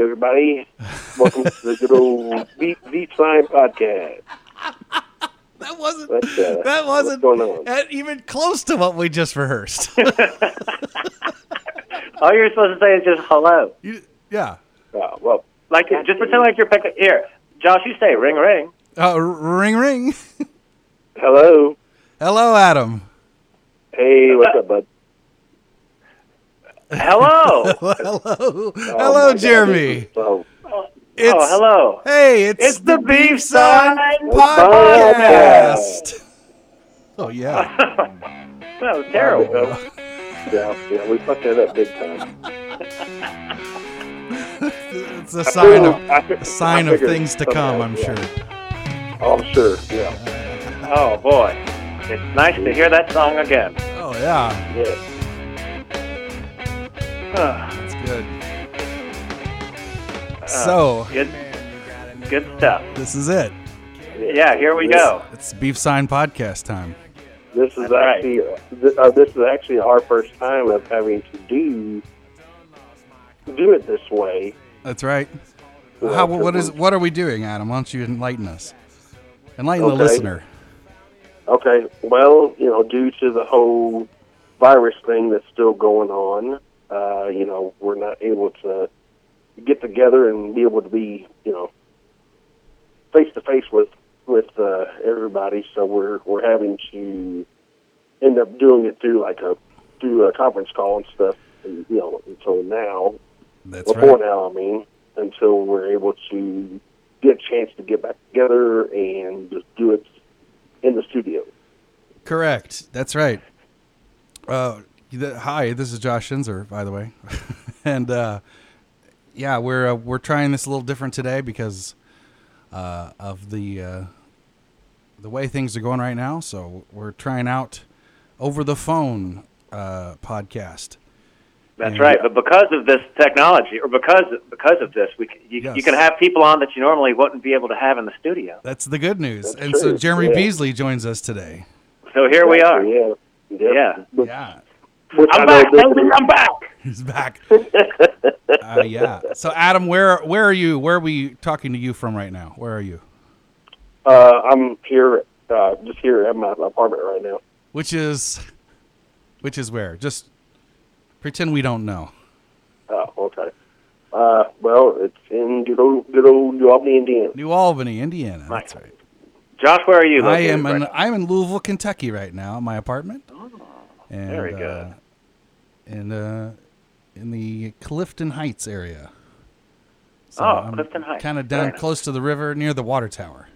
everybody. Welcome to the good old Beat Beat Sign Podcast. That wasn't. What's, uh, that wasn't what's going on? uh, even close to what we just rehearsed. All you're supposed to say is just hello. You- yeah. Uh, well, Like, just pretend like you're picking. Here, Josh, you say ring ring. Uh, ring, ring. hello. Hello, Adam. Hey, what's up, bud? Hello. oh, Hello. my hello, God, Jeremy. this is so- It's, hello. Hey, it's, It's the Beef Son Sign Podcast. Oh, yeah. That was terrible. uh, yeah, yeah, we fucked that up big time. It's a sign of, I fi- a sign I of figured things to something come, out, I'm yeah. sure. Oh, I'm sure. Yeah, Oh boy, it's nice to hear that song again. Oh, yeah. yeah. Ah, That's good. So, good, good stuff. this is it. Yeah, here we go. It's Beef Sign Podcast time. This is That's right. actually th- uh, this is actually our first time of having to do do it this way. That's right. Yeah, How, what sure. is what are we doing, Adam? Why don't you enlighten us? Enlighten the Okay. listener. Okay. Well, you know, due to the whole virus thing that's still going on, uh, you know, we're not able to get together and be able to be, you know, face to face with with uh, everybody. So we're we're having to end up doing it through like a through a conference call and stuff. And, you know, until now, That's before right. now, I mean, until we're able to get a chance to get back together and just do it in the studio. Correct. That's right. Uh, th- hi, this is Josh Schinzer, by the way, and uh, yeah, we're uh, we're trying this a little different today because uh, of the uh, the way things are going right now. So we're trying out over the phone uh, podcast. That's right. But because of this technology, or because because of this, we c- you, you Yes. can have people on that you normally wouldn't be able to have in the studio. That's the good news. That's and so true, Jeremy yeah. Beasley joins us today. So here we are. Yeah. Yeah. Which- Yeah, which I I'm know back, this baby. is- I'm back. he's back. uh, yeah. So Adam, where where are you? Where are we talking to you from right now? Where are you? Uh, I'm here, uh, just here at my apartment right now. Which is, which is where? Just pretend we don't know. Oh, okay. Uh, well, it's in good old, good old New Albany, Indiana. New Albany, Indiana. That's right. Josh, where are you? I located am right in, now? I'm in Louisville, Kentucky right now, my apartment. And, very Uh, good. and uh, in the Clifton Heights area. So Oh, Clifton Heights. Kind of Very down nice. close to the river, near the water tower.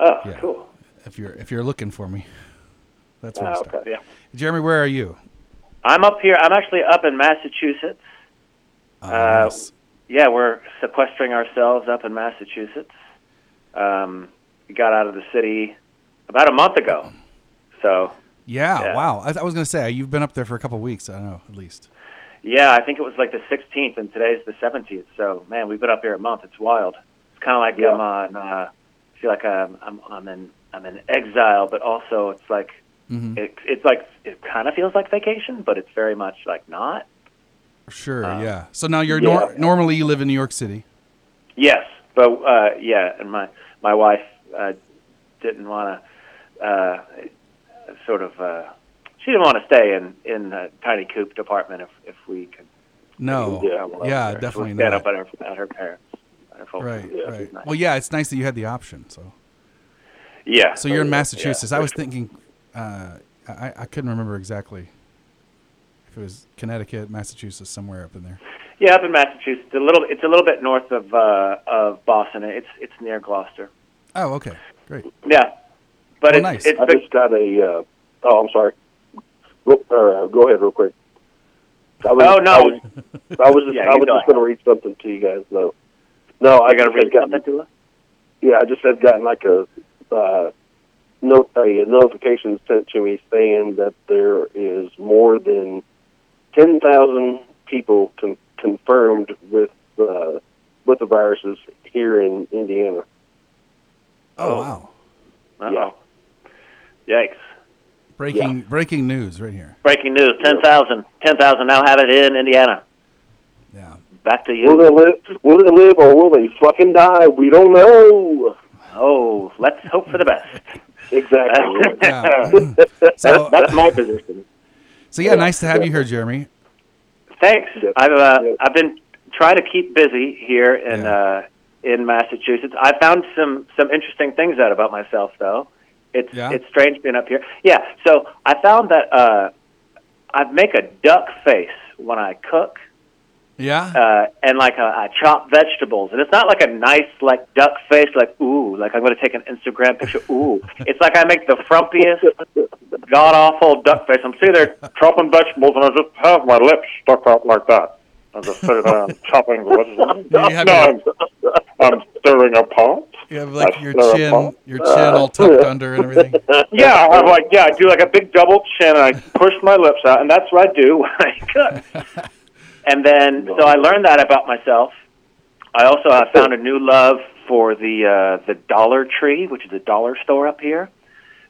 Oh, Yeah. cool. If you're if you're looking for me, that's where. Ah, we start. okay. Yeah. Jeremy, where are you? I'm up here. I'm actually up in Massachusetts. Uh, yes. Yeah, we're sequestering ourselves up in Massachusetts. Um, we got out of the city about a month ago. So, Yeah, Yeah. wow. I, I was going to say, you've been up there for a couple of weeks, I know, at least. yeah, I think it was like the 16th, and today's the 17th. So, man, we've been up here a month. It's wild. It's kind of like Yeah. I'm on. Uh, I feel like I'm, I'm I'm in I'm in exile, but also it's like Mm-hmm. it, it's like it kind of feels like vacation, but it's very much like not. Sure, yeah. So now you're nor- yeah. normally you live in New York City. Yes, but uh, yeah, and my my wife uh, didn't want to uh, sort of uh, she didn't want to stay in in the tiny coop department if if we could. No. do that well. yeah, So we definitely stayed not. up at her at her parents. at her folks. Right, Which is right. nice. Well, yeah, it's nice that you had the option. So, yeah. so you're in yeah, Massachusetts. I was for thinking, uh, I I couldn't remember exactly if it was Connecticut, Massachusetts, somewhere up in there. sure. Yeah, up in Massachusetts, a little. It's a little bit north of uh, of Boston. It's it's near Gloucester. Oh, okay, great. Yeah, but Oh, it's nice. it's I just got a, uh, oh, I'm sorry. Go, uh, go ahead real quick. I was, Oh, no. I was, I was just, Yeah, I you was go just going to read something to you guys, though. No, I I got to just had read gotten- something to us. Yeah, I just had gotten like a uh, no a notification sent to me saying that there is more than ten thousand people con- confirmed with uh, with the viruses here in Indiana. Oh, Oh. wow, Uh-oh. Yikes. breaking breaking news right here. Breaking news: ten thousand, ten thousand now have it in Indiana. Yeah, Back to you. Will they live? Will they live or will they fucking die? We don't know. Oh, let's hope for the best. Exactly. Yeah. That's- So, uh, that's my position. so yeah, nice to have you here, Jeremy. Thanks. Yep. I've uh, Yep. I've been trying to keep busy here in Yeah. uh, in Massachusetts. I found some some interesting things out about myself, though. It's Yeah? it's strange being up here. Yeah. So I found that uh, I make a duck face when I cook, Yeah. uh, and like uh, I chop vegetables, and it's not like a nice like duck face, like ooh, like I'm going to take an Instagram picture. Ooh, it's like I make the frumpiest, god awful duck face. I'm sitting there chopping vegetables, and I just have my lips stuck out like that. I just sit down chopping the vegetables. You have no, your- I'm, I'm stirring a pot. You have like your Uh, chin, your chin all tucked under and everything. Yeah, I have like yeah, I do like a big double chin. And I push my lips out, and that's what I do. when I cook. and then, so I learned that about myself. I also I found a new love for the uh, the Dollar Tree, which is a dollar store up here.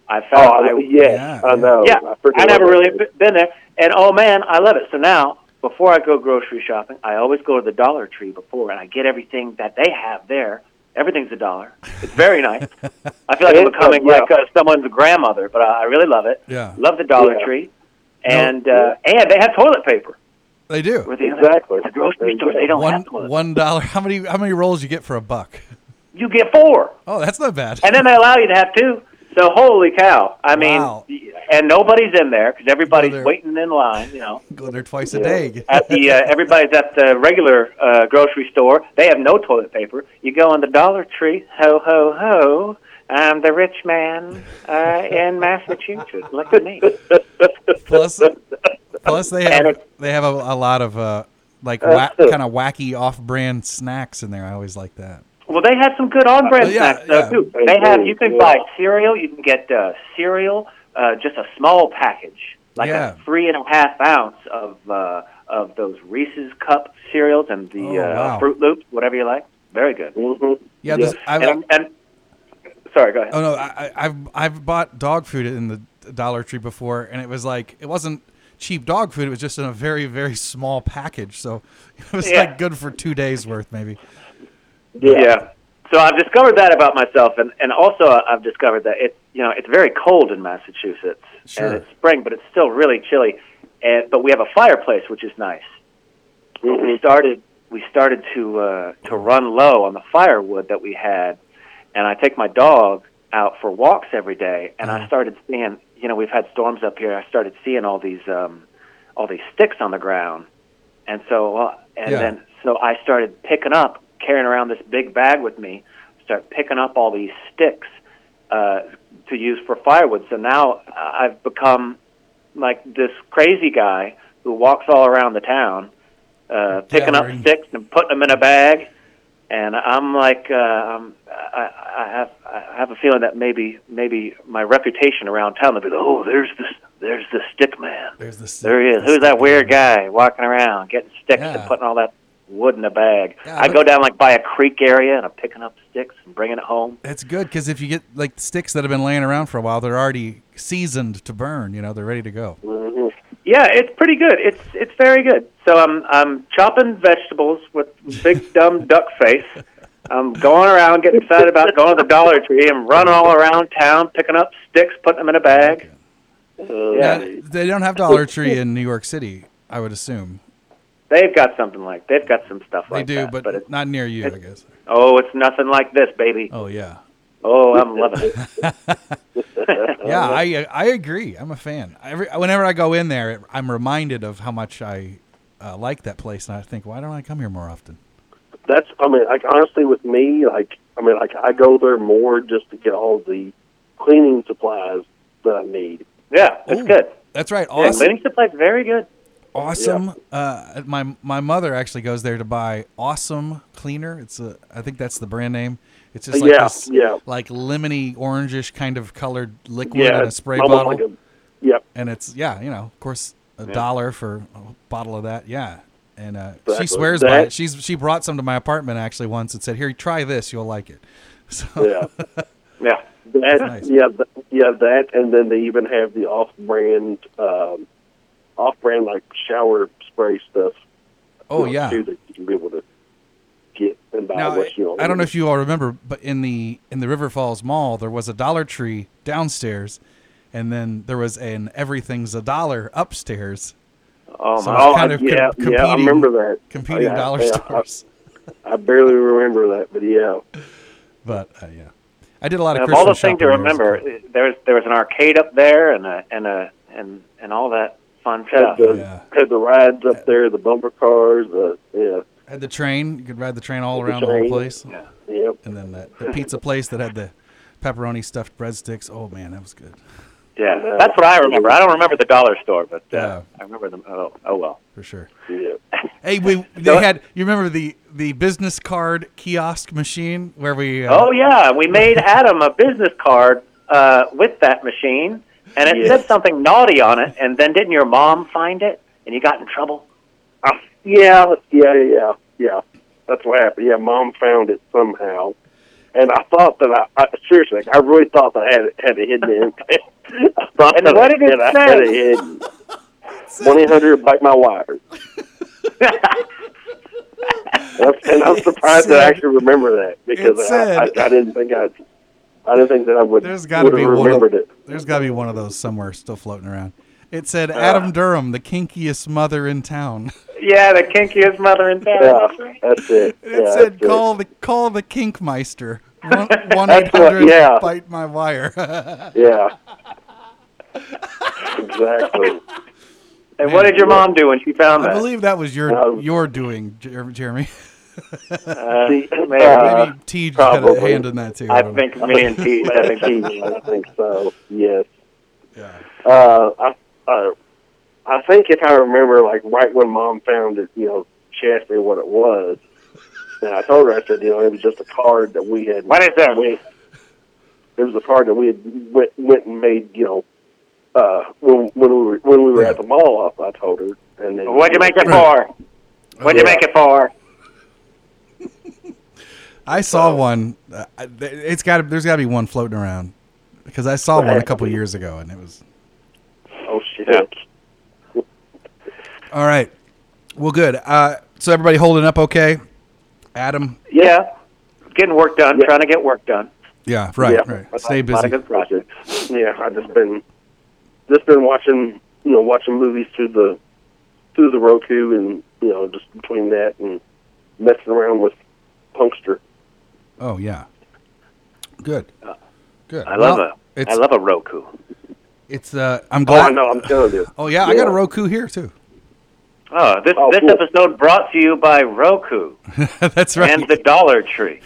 I found Oh, I, yes, Yeah, Oh, I know. yeah, freaking I love never that really place. b- been there, and oh man, I love it. So now, before I go grocery shopping, I always go to the Dollar Tree before, and I get everything that they have there. Everything's a dollar. It's very nice. I feel like I'm It's, uh, becoming yeah. like uh, someone's grandmother, but I, I really love it. Yeah, Love the Dollar Yeah. Tree, and uh, and they have toilet paper. they do. Where the other- Exactly. The grocery Exactly. store, they don't One have toilet. one dollar. How many how many rolls you get for a buck? You get four, Oh, that's not bad. and then they allow you to have two. So holy cow! I mean, Wow. and nobody's in there because everybody's there. waiting in line. You know, Go there twice a day. at the uh, everybody's at the regular uh, grocery store. They have no toilet paper. You go on the Dollar Tree. Ho ho ho! I'm the rich man uh, in Massachusetts. Look at me. Plus, plus they And have it- they have a, a lot of uh, like wa- kind of wacky off-brand snacks in there. I always like that. Well, they had some good on-brand Uh, yeah, snacks though yeah. too. They They have do, you can yeah. buy cereal. You can get uh, cereal, uh, just a small package, like Yeah. a three and a half ounce of uh, of those Reese's cup cereals and the Oh, uh, wow. Fruit Loops, whatever you like. Very good. Mhm. Yeah, this, I, and, and sorry, go ahead. Oh no, I, I- I've I've bought dog food in the Dollar Tree before, and it was like it wasn't cheap dog food. It was just in a very very small package, so it was Yeah. like good for two days worth maybe. Yeah. Yeah. So I've discovered that about myself, and and also I've discovered that it's you know it's very cold in Massachusetts, Sure. and it's spring, but it's still really chilly, and but we have a fireplace, which is nice. But We started we started to uh, to run low on the firewood that we had, and I take my dog out for walks every day, and I started seeing you know we've had storms up here. I started seeing all these um, all these sticks on the ground, and so uh, and Yeah. then so I started picking up, carrying around this big bag with me, start picking up all these sticks uh, to use for firewood. So now uh, I've become like this crazy guy who walks all around the town, uh, picking up Gathering. sticks and putting them in a bag. And I'm like, uh, I'm, I, I have, I have a feeling that maybe, maybe my reputation around town, they'll be like, oh, there's the, there's the stick man. There's this. There he is. Who's that weird guy walking around, getting sticks Yeah. and putting all that wood in a bag? Yeah, I but- go down like by a creek area and I'm picking up sticks and bringing it home. That's good because if you get like sticks that have been laying around for a while, they're already seasoned to burn. You know, they're ready to go. Mhm. Yeah, it's pretty good. It's it's very good. So I'm I'm chopping vegetables with big dumb duck face. I'm going around getting excited about going to the Dollar Tree and running all around town picking up sticks, putting them in a bag. Now, Yeah, they don't have Dollar Tree in New York City, I would assume. they've got something like they've got some stuff They like do, that. but, but it's, not near you, I guess. oh, it's nothing like this, baby. Oh yeah. Oh, I'm loving it. Yeah, I I agree. I'm a fan. Every whenever I go in there, I'm reminded of how much I uh, like that place, and I think, why don't I come here more often? That's. I mean, like honestly, with me, like I mean, like I go there more just to get all the cleaning supplies that I need. Yeah, it's Ooh, good. That's right. Yeah, Awesome. cleaning supplies very good. awesome. Uh, my my mother actually goes there to buy awesome cleaner. It's a I think that's the brand name. It's just like Yeah, this yeah. like lemony orangish kind of colored liquid Yeah, in a it's spray almost bottle, Like a, yep. and it's yeah, you know, of course, a dollar for a bottle of that. Yeah. And uh, she Exactly. swears by That- it. She's she brought some to my apartment actually once and said, "Here, try this. You'll like it." So Yeah. Yeah. That, Nice. Yeah, th- yeah, that, and then they even have the off-brand, um, off-brand like shower spray stuff know, Oh, yeah. too, that you can be able to get and buy Now, what you I don't know if you all remember, but in the in the River Falls Mall, there was a Dollar Tree downstairs, and then there was an Everything's a Dollar upstairs, Oh So- my! Oh, kind of com- yeah, yeah, I competing- remember that. competing Oh, Yeah, dollar yeah, I- stores. I barely remember that, but yeah. But uh, yeah, I did a lot of Of Christmas all the things to shopping years ago. remember, there was there was an arcade up there and a and a and and all that fun Had stuff. the Yeah. had the rides up there, the bumper cars, the yeah, Had the train. You could ride the train all The around the whole train. place. yep. And then that, the pizza place that had the pepperoni stuffed breadsticks. Oh man, that was good. Yeah, that's what I remember. I don't remember the dollar store, but Yeah. uh, I remember them. Oh, oh well. for sure. Yeah. Hey, we they had. You remember the the business card kiosk machine where we? Uh, Oh yeah, we made Adam a business card uh, with that machine, and it Yeah. said something naughty on it. And then didn't your mom find it, and you got in trouble? Uh, yeah, yeah, yeah, yeah. That's what happened. Yeah, mom found it somehow, and I thought that I, I seriously, like, I really thought that I had it, had it hidden. In. I thought And that what I, did it that I say? had it hidden. One eight hundred bite my wires. and, I'm- and I'm It surprised that I said- actually remember that because it I, said- I, I didn't think I, I didn't think that I would There's would got to have be one. Of, remembered it. Ah. There's got to be one of those somewhere still floating around. It said Adam Durham, the kinkiest mother in town. Yeah, the kinkiest mother in town. Yeah, that's it. It yeah, said that's it. call the call the kinkmeister. One eight That's what- hundred yeah. bite my wire. Yeah. exactly. And what did your mom do when she found I that? believe that was your Um, your doing, Jer- Jeremy. Uh, See, maybe. uh, Maybe T just had a probably. hand in that too. I don't think me and Pete. I think he- I think so. Yes. Know. Yeah. Uh, I, uh, I think if I remember, like right when Mom found it, you know, she asked me what it was, and I told her I said, you know, it was just a card that we had. What is that? We, it was a card that we had went, went and made, you know, uh, when when we were when we were at the mall. Up, I told her, and then What'd you make it for? What'd you Yeah. make it for? I saw one. Uh, I- th- it's got. to There's got to be one floating around because I saw one a couple years ago, and it was Oh shit! all right. Well, good. Uh, so everybody holding up okay? Adam. Yeah, getting work done. Yeah. Trying to get work done. Yeah. Right. Yeah. Right. Stay Lot busy. of good projects. yeah, I just been just been watching you know watching movies through the through the Roku and you know just between that and messing around with Punkster. Oh yeah. Good. Good. I love well, a. I It's love a Roku. it's. Uh, I'm Oh, I glad. know, I'm telling you. Oh yeah, I got a Yeah. Roku here too. Oh, this Oh, this cool. episode brought to you by Roku That's right. and the Dollar Tree.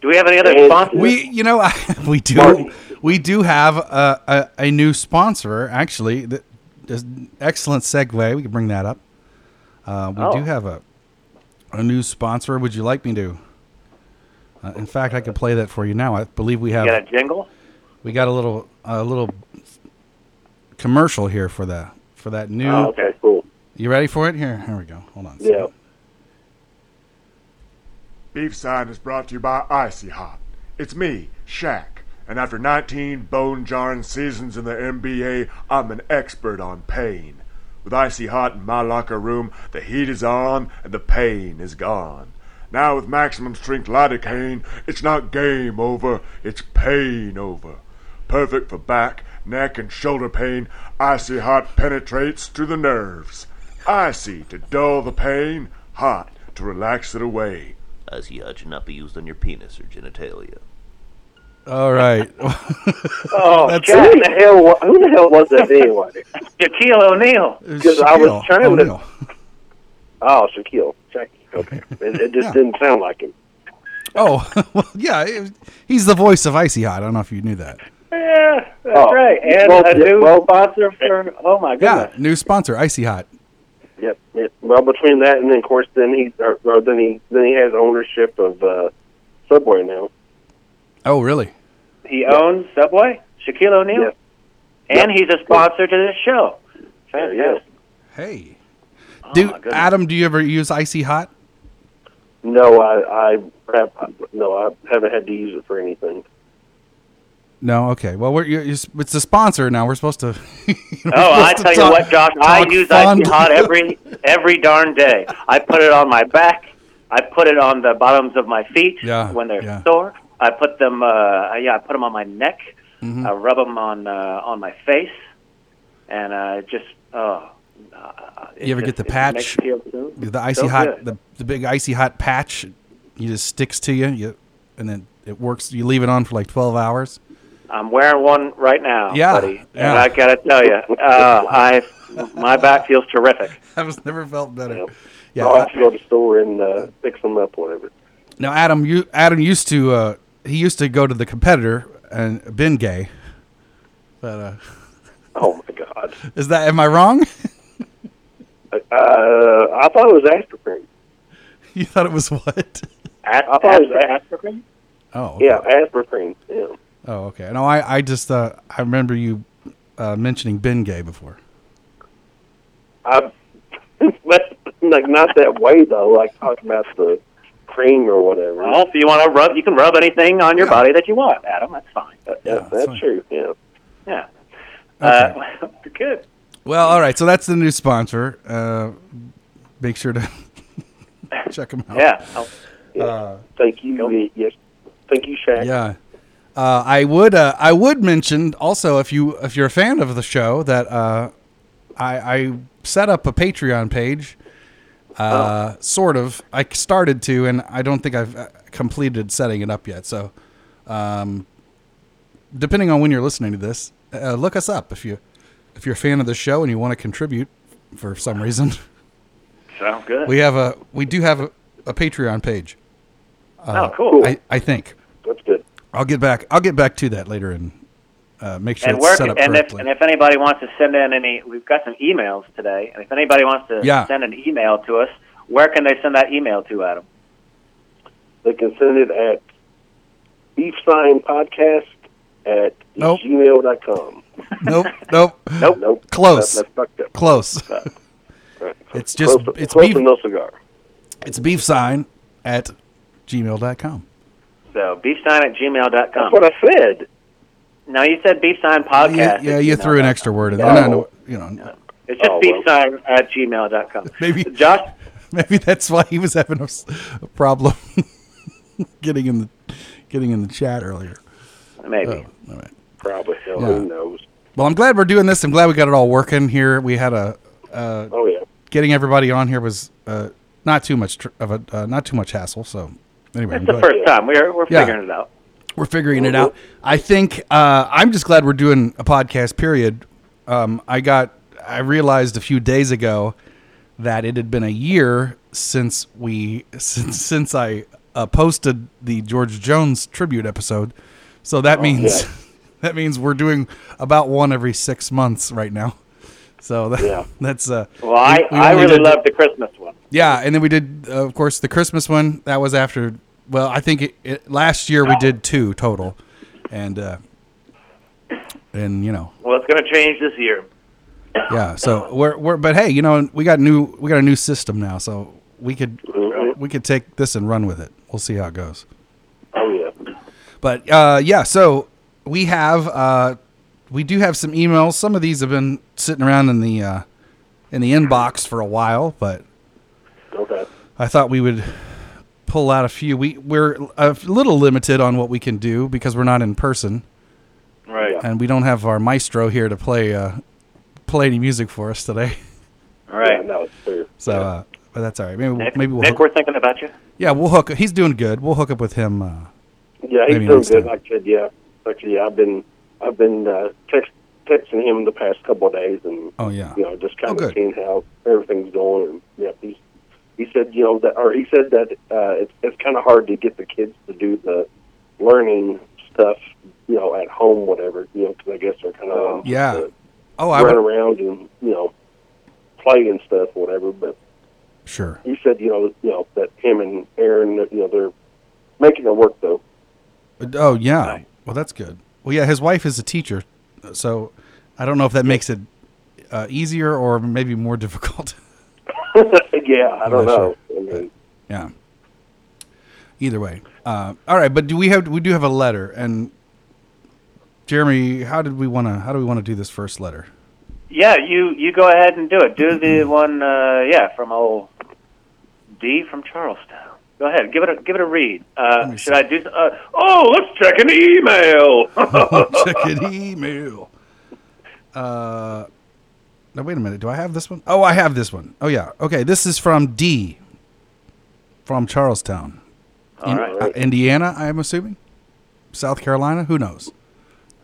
Do we have any other And- sponsors? We, you know, we do. Martin. We do have a, a, a new sponsor, actually. That is an excellent segue. We can bring that up. Uh, we do Oh. have a a new sponsor. Would you like me to? Uh, in fact, I could play that for you now. I believe we have You got a jingle? we got a little a little commercial here for the for that new. Oh, okay, cool. You ready for it? Here, here we go. Hold on. a Yeah. second. Beef Sign is brought to you by Icy Hot. It's me, Shaq, and after 19 bone jarring seasons in the NBA, I'm an expert on pain. With Icy Hot in my locker room, the heat is on and the pain is gone. Now with maximum strength lidocaine, it's not game over, it's pain over. Perfect for back, neck, and shoulder pain, Icy Hot penetrates to the nerves. Icy to dull the pain, hot to relax it away. Icy hot should not be used on your penis or genitalia. All right. Oh, That's Who Jack, in the hell? wa- Who the hell was that anyway? Shaquille O'Neal. Because I was Shaquille trying to- O'Neal. Oh, Shaquille. Check. Okay, it, it just Yeah. didn't sound like him. Oh, well, yeah. It, he's the voice of Icy Hot. I don't know if you knew that. Yeah, that's Oh, right. And well, a yeah, new well- sponsor for. Oh my Yeah, goodness. new sponsor, Icy Hot. Yep. It, well, between that and then, of course, then he or, or then he then he has ownership of uh, Subway now. Oh, really? He owns Subway, Shaquille O'Neal, Yeah. and he's a sponsor to this show. Yeah, yeah. Hey, Oh, do Adam? Do you ever use Icy Hot? No, I I have, no I haven't had to use it for anything. No, okay. Well, we're you're, you're, it's a sponsor now. We're supposed to. you know, Oh, we're I supposed to tell you talk- what, Josh, I talk use fondly. icy hot every every darn day. I put it on my back. I put it on the bottoms of my feet Yeah, when they're yeah. sore. I put them, uh, yeah, I put them on my neck. Mm-hmm. I rub them on uh, on my face, and uh, just oh. Uh, it You ever get just- the it patch? makes you feel good. the icy So hot good. the, the big icy hot patch you just sticks to you, you and then it works you leave it on for like 12 hours I'm wearing one right now, Yeah, buddy. yeah. And I gotta tell you, uh, I my back feels terrific. i've never felt better Yep. yeah I'll I- have to go to the store and uh, fix them up, whatever. now adam you adam used to uh he used to go to the competitor and been gay but uh Oh my God! is that am i wrong Uh, I thought it was astrocrine. you thought it was what I thought it was astrocrine. oh okay. Yeah, astrocrine. Yeah. oh okay no i i just uh i remember you uh mentioning been gay before I, but, like not that way though. Like talking about the cream or whatever. Well, if you want to rub, you can rub anything on your body that you want, Adam. That's fine. uh, yeah, that's that's fine. true. Yeah. Yeah. Uh, good. Well, all right. So that's the new sponsor. Uh, make sure to check them out. Yeah. I'll- Thank you. y- Yes. Thank you, Shaq. Yeah. Uh, I would. Uh, I would mention also if you if you're a fan of the show that uh, I, I set up a Patreon page. Oh. Uh, Sort of. I started to, and I don't think I've uh, completed setting it up yet. So, um, depending on when you're listening to this, uh, look us up if you if you're a fan of the show and you want to contribute for some reason. Sounds good. We have a we do have a, a Patreon page. Uh, oh, cool. I, I think That's good. I'll get back. I'll get back to that later and uh, make sure and it's work. set up And if, correctly. and if anybody wants to send in any, we've got some emails today. And if anybody wants to Yeah. send an email to us, where can they send that email to, Adam? They can send it at beef sign podcast at Nope. gmail dot com. nope, nope, Nope. Nope. Close. That, that's fucked up. close. It's just close, it's close beef. to no cigar. It's beef sign at gmail.com. So beefstein at gmail dot That's com. what I said. No, you said beefstein podcast. yeah, at yeah, you gmail threw an dot extra com. word in Yeah. there. No, no, you know, It's just Oh, well. beefstein at gmail dot com. Maybe- Josh. maybe that's why he was having a, s- a problem getting in the getting in the chat earlier. Maybe. Oh, all right. Probably. Hell, Yeah. Who knows? Well, I'm glad we're doing this. I'm glad we got it all working here. We had a uh, Oh yeah. getting everybody on here was uh, not too much tr- of a uh, not too much hassle. So anyway, I'm It's the glad- first time we're we're Yeah. figuring it out. we're figuring it out. I think uh, I'm just glad we're doing a podcast. Period. Um, I got I realized a few days ago that it had been a year since we since since I uh, posted the George Jones tribute episode. So Oh, that means yeah. that means we're doing about one every six months right now. So that, Yeah. that's uh. Well, I, we I only really did- love the Christmas one. Yeah, and then we did, uh, of course, the Christmas one. That was after. Well, I think it, it, last year we did two total, and uh, and you know, Well, it's going to change this year. yeah. So we're we're but hey, you know, we got new we got a new system now, so we could we could take this and run with it. We'll see how it goes. Oh yeah. But uh, yeah, so we have uh, we do have some emails. Some of these have been sitting around in the uh, in the inbox for a while, but Okay. I thought we would pull out a few. We we're a little limited on what we can do because we're not in person Right. and we don't have our maestro here to play uh, play any music for us today. All right. Yeah, no, it's true. So, uh, but that's all right. Maybe we'll Nick, maybe we'll Nick, hook, we're thinking about you. yeah we'll hook. He's doing good. We'll hook up with him. Uh, Yeah, he's Maybe doing next good. time. Like I said, yeah, like I said, yeah, I've been I've been uh, text, texting him the past couple of days, and Oh, yeah. you know, just kind Oh, of good. seeing how everything's going. And yeah, he he said you know that, or he said that uh, it's it's kind of hard to get the kids to do the learning stuff, you know, at home, whatever, you know, because I guess they're kind of Yeah. to oh, I run would, around and you know play and stuff, whatever, but sure. he said, you know, you know that him and Aaron, you know, they're making it work though. Oh yeah. Well, that's good. Well, yeah, his wife is a teacher, so I don't know if that makes it uh, easier or maybe more difficult. yeah, I don't Yeah, know. I mean, Yeah. Either way, uh, all right. But do we have we do have a letter, and Jeremy, how did we want to? How do we want to do this first letter? Yeah, you you go ahead and do it. Do Mm-hmm. the one, uh, yeah, from old D from Charlestown. Go ahead, give it a give it a read. Uh, should I do? s- Uh, oh, let's check an email. Oh, Check an email. Uh, now wait a minute. Do I have this one? Oh, I have this one. Oh yeah. Okay, this is from D. From Charlestown, All right. uh, Indiana. I am assuming, South Carolina. Who knows?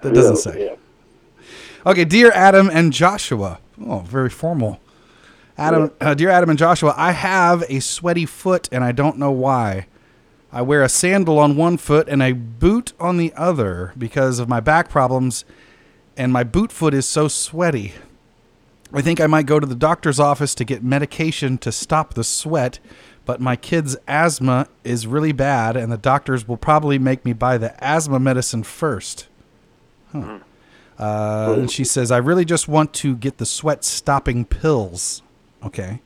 That doesn't Yeah, say. yeah. Okay, dear Adam and Joshua. Oh, very formal. Adam, uh, dear Adam and Joshua, I have a sweaty foot and I don't know why. I wear a sandal on one foot and a boot on the other because of my back problems, and my boot foot is so sweaty. I think I might go to the doctor's office to get medication to stop the sweat, but my kid's asthma is really bad, and the doctors will probably make me buy the asthma medicine first. Uh, and she says, I really just want to get the sweat stopping pills. Okay.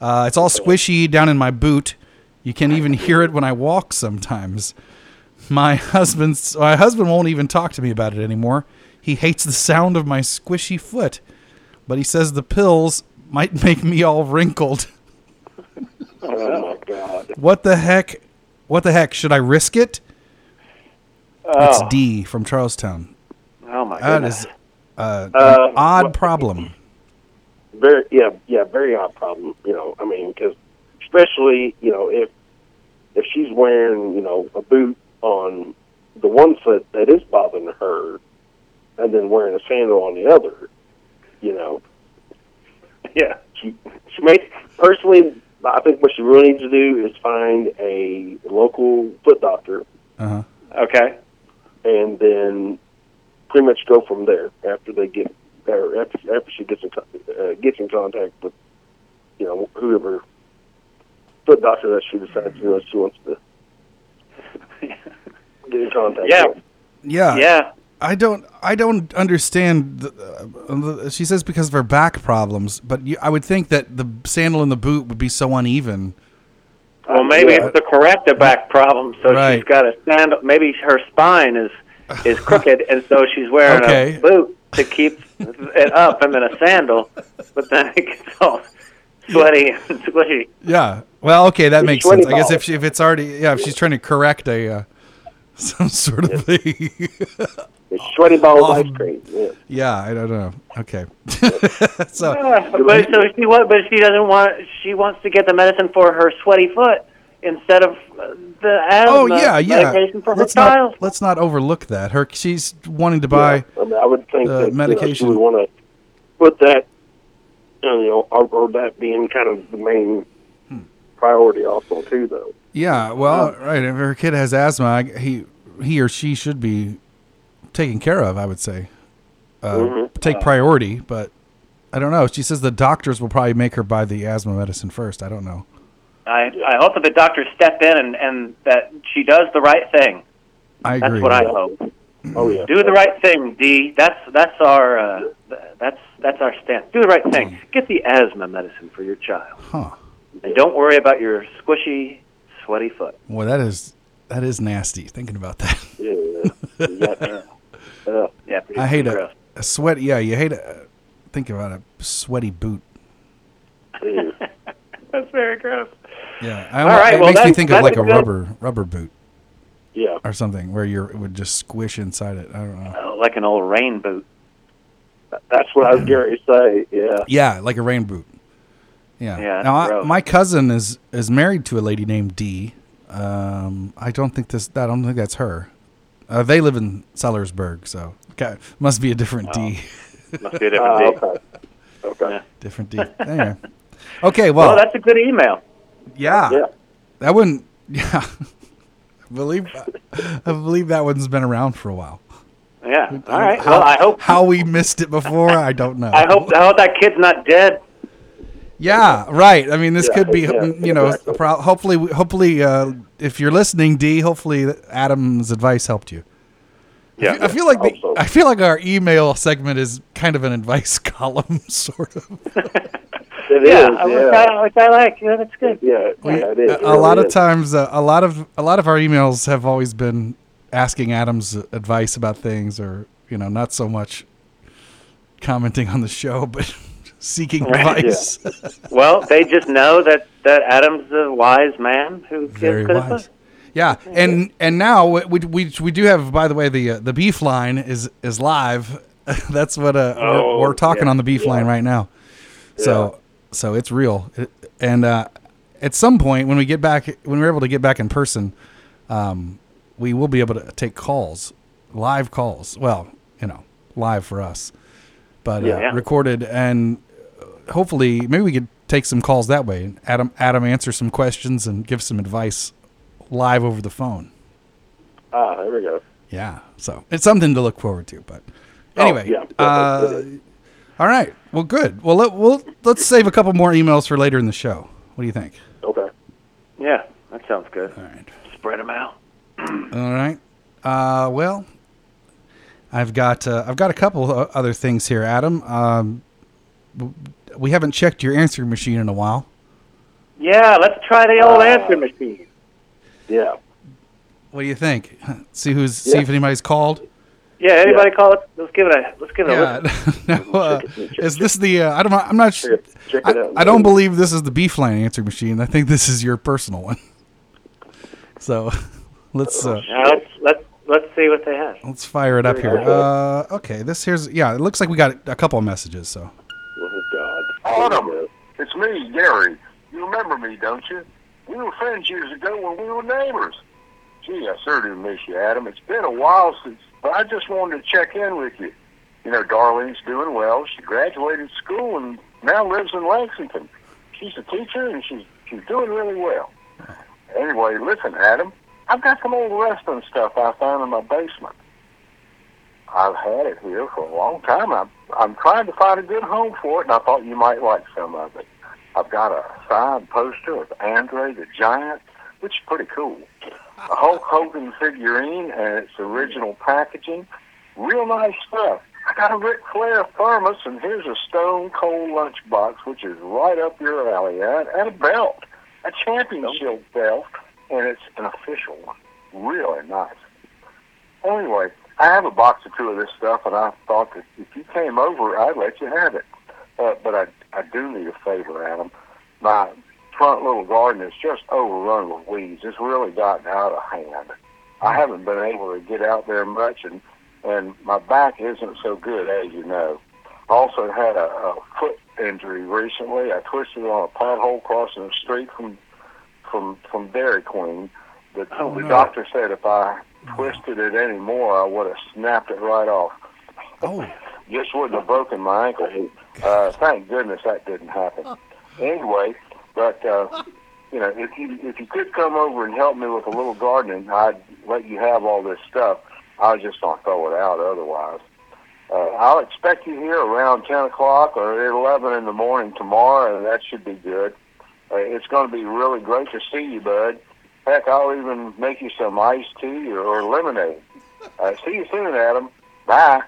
Uh, it's all squishy down in my boot. You can even hear it when I walk sometimes. My husband's my husband won't even talk to me about it anymore. He hates the sound of my squishy foot, but he says the pills might make me all wrinkled. Oh my god. What the heck? What the heck? Should I risk it? That's Oh, D from Charlestown. Oh my That goodness. is uh, an odd problem. very yeah yeah very odd problem you know i mean because especially you know if if she's wearing you know a boot on the one foot that is bothering her and then wearing a sandal on the other you know yeah she she may personally i think what she really needs to do is find a local foot doctor Uh-huh. Okay. and then pretty much go from there after they get or after, after she gets in co- uh, gets in contact with you know whoever foot doctor that she decides you know she wants to get in contact. Yeah. with. Yeah. Yeah. I don't I don't understand. The, uh, the- she says because of her back problems, but you, I would think that the sandal and the boot would be so uneven. Well, maybe it's to correct the back problem, so she's Uh, Right. got a stand. Maybe her spine is is crooked, and so she's wearing Okay. a boot to keep it up, and then a sandal. But then it gets all sweaty and squishy. Yeah. Well, okay, that makes sense. I guess $20. if she, if it's already yeah, if she's trying to correct a uh, some sort of thing. It's sweaty balls Oh. ice cream. Yeah. yeah, I don't know. Okay. so Uh, But so she wa- but she doesn't want. She wants to get the medicine for her sweaty foot instead of uh, the asthma oh yeah, yeah. medication for Let's her not child. let's not overlook that. Her she's wanting to buy. I, mean, I would think the that medication. You know, she would want to put that you know or, or that being kind of the main priority also too though. Yeah, well, Oh. right. If her kid has asthma, I- he he or she should be taken care of. I would say uh, Mm-hmm. take priority, but I don't know. She says the doctors will probably make her buy the asthma medicine first. I don't know. I I hope that the doctors step in and and that she does the right thing. I That's agree. what I hope. Oh yeah. Do the right thing, D. That's that's our uh, th- that's that's our stance. Do the right thing. Mm. Get the asthma medicine for your child, huh? and don't worry about your squishy, sweaty foot. Well, that is that is nasty. Thinking about that, Yeah. yeah. yeah. Yeah, pretty- I hate pretty a, gross. a sweat. Yeah, you hate a think about a sweaty boot. yeah. That's very gross. Yeah, I, right, it well, makes me that's- think of that's like a good. rubber rubber boot yeah. or something where you're it would just squish inside it. I don't know. Oh, like an old rain boot. That's what I was getting to say. Yeah. Yeah, like a rain boot. Yeah. Yeah, now, I, gross. my cousin is is married to a lady named D. Um, I don't think this. I don't think that's her. Uh, they live in Sellersburg, so okay, must be a different Oh. D. Must be a Ah, different D. okay. Okay. different D. Anyway. Okay. Well. Well, that's a good email. yeah. Yeah. That wouldn't. Yeah. I believe. I believe that one's been around for a while. Yeah. All right. well, I hope How we missed it before, I don't know. I hope I hope that kid's not dead. Yeah, right. I mean, this Yeah, could be, mm, yeah, you know, exactly. a pro- hopefully, hopefully, uh, if you're listening, D, hopefully Adam's advice helped you. Yeah. I feel like the, hope so. I feel like our email segment is kind of an advice column, sort of. It is. yeah, yeah, Which, I, which I like. Yeah, that's good. Yeah. yeah, it is. a, It a lot really of is. times, uh, a lot of a lot of our emails have always been asking Adam's advice about things, or you you know, not so much commenting on the show, but seeking Right, advice. Well, they just know that that Adam's a wise man who gives Very good wise. advice. Yeah, and and now we we we do have. By the way, the uh, the beef line is is live. That's what uh, Oh, we're, we're talking yeah, on the beef line right now. So so it's real. It- and uh, at some point when we get back, when we're able to get back in person, um, we will be able to take calls, live calls. Well, you know, live for us, but uh, Yeah. recorded and uh, hopefully maybe we could take some calls that way and adam adam answer some questions and give some advice live over the phone Ah, there we go. yeah so it's something to look forward to but anyway Oh, yeah, definitely. uh, all right well good well let, we'll let's save a couple more emails for later in the show what do you think Okay. Yeah, that sounds good. all right Spread them out. all right uh, well i've got uh, i've got a couple o- other things here adam um, w- we haven't checked your answering machine in a while Yeah, let's try the old answer machine. Yeah. what do you think see who's see Yeah. if anybody's called Yeah, anybody call it? Let's give it a let's give it a Yeah. listen. no, uh, is this the? Uh, I don't. I'm not sure. Check it- check it I, out. I don't believe this is the beef line answering machine. I think this is your personal one. So, let's Oh, uh, Now let's let's let's see what they have. let's fire it up here. Very good. Uh, okay, this here's yeah. It looks like we got a couple of messages. So Oh God. There we Autumn, go. it's me, Gary. You remember me, don't you? We were friends years ago when we were neighbors. Gee, I sure do miss you, Adam. It's been a while since, but I just wanted to check in with you. You know, Darlene's doing well. She graduated school and now lives in Lexington. She's a teacher and she's she's doing really well. Anyway, listen, Adam. I've got some old wrestling stuff I found in my basement. I've had it here for a long time. I'm, I'm trying to find a good home for it, and I thought you might like some of it. I've got a signed poster of Andre the Giant, which is pretty cool. A Hulk Hogan figurine and its original packaging. Real nice stuff. I got a Ric Flair thermos, and here's a Stone Cold lunchbox, which is right up your alley, and, and a belt, a championship belt, and it's an official one. Really nice. Anyway, I have a box or two of this stuff, and I thought that if you came over, I'd let you have it. Uh, but I, I do need a favor, Adam. My front little garden is just overrun with weeds. It's really gotten out of hand. I haven't been able to get out there much, and and my back isn't so good, as you know. I also had a, a foot injury recently. I twisted on a pothole crossing the street from from from Dairy Queen. The, the doctor said if I twisted it any more, I would have snapped it right off. oh Just wouldn't have broken my ankle. Uh, thank goodness that didn't happen. Anyway, but uh, you know, if you if you could come over and help me with a little gardening, I'd let you have all this stuff. I was just gonna throw it out otherwise. Uh, I'll expect you here around ten o'clock or eleven in the morning tomorrow, and that should be good. Uh, it's going to be really great to see you, bud. Heck, I'll even make you some iced tea or, or lemonade. Uh, see you soon, Adam. Bye.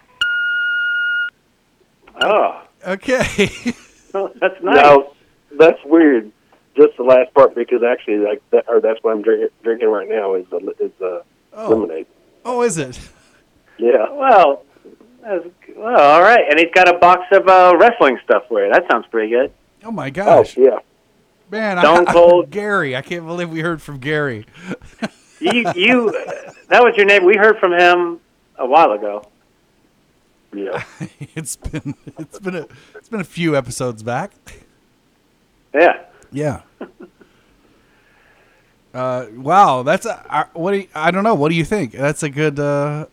Oh, okay. that's nice. Ah, Now, that's weird. Just the last part because actually, like, that, or that's what I'm drink, drinking right now is the is the oh lemonade. oh is it? Yeah. Well, that's, well, all right. And he's got a box of uh, wrestling stuff for you. That sounds pretty good. Oh my Oh gosh, yeah. man! Stone I, Cold. Gary. I can't believe we heard from Gary. You, you, uh, that was your name. We heard from him a while ago. Yeah. it's been it's been a it's been a few episodes back. Yeah. Yeah. uh, wow, that's a, I- what do you, I don't know. What do you think? That's a good. Uh,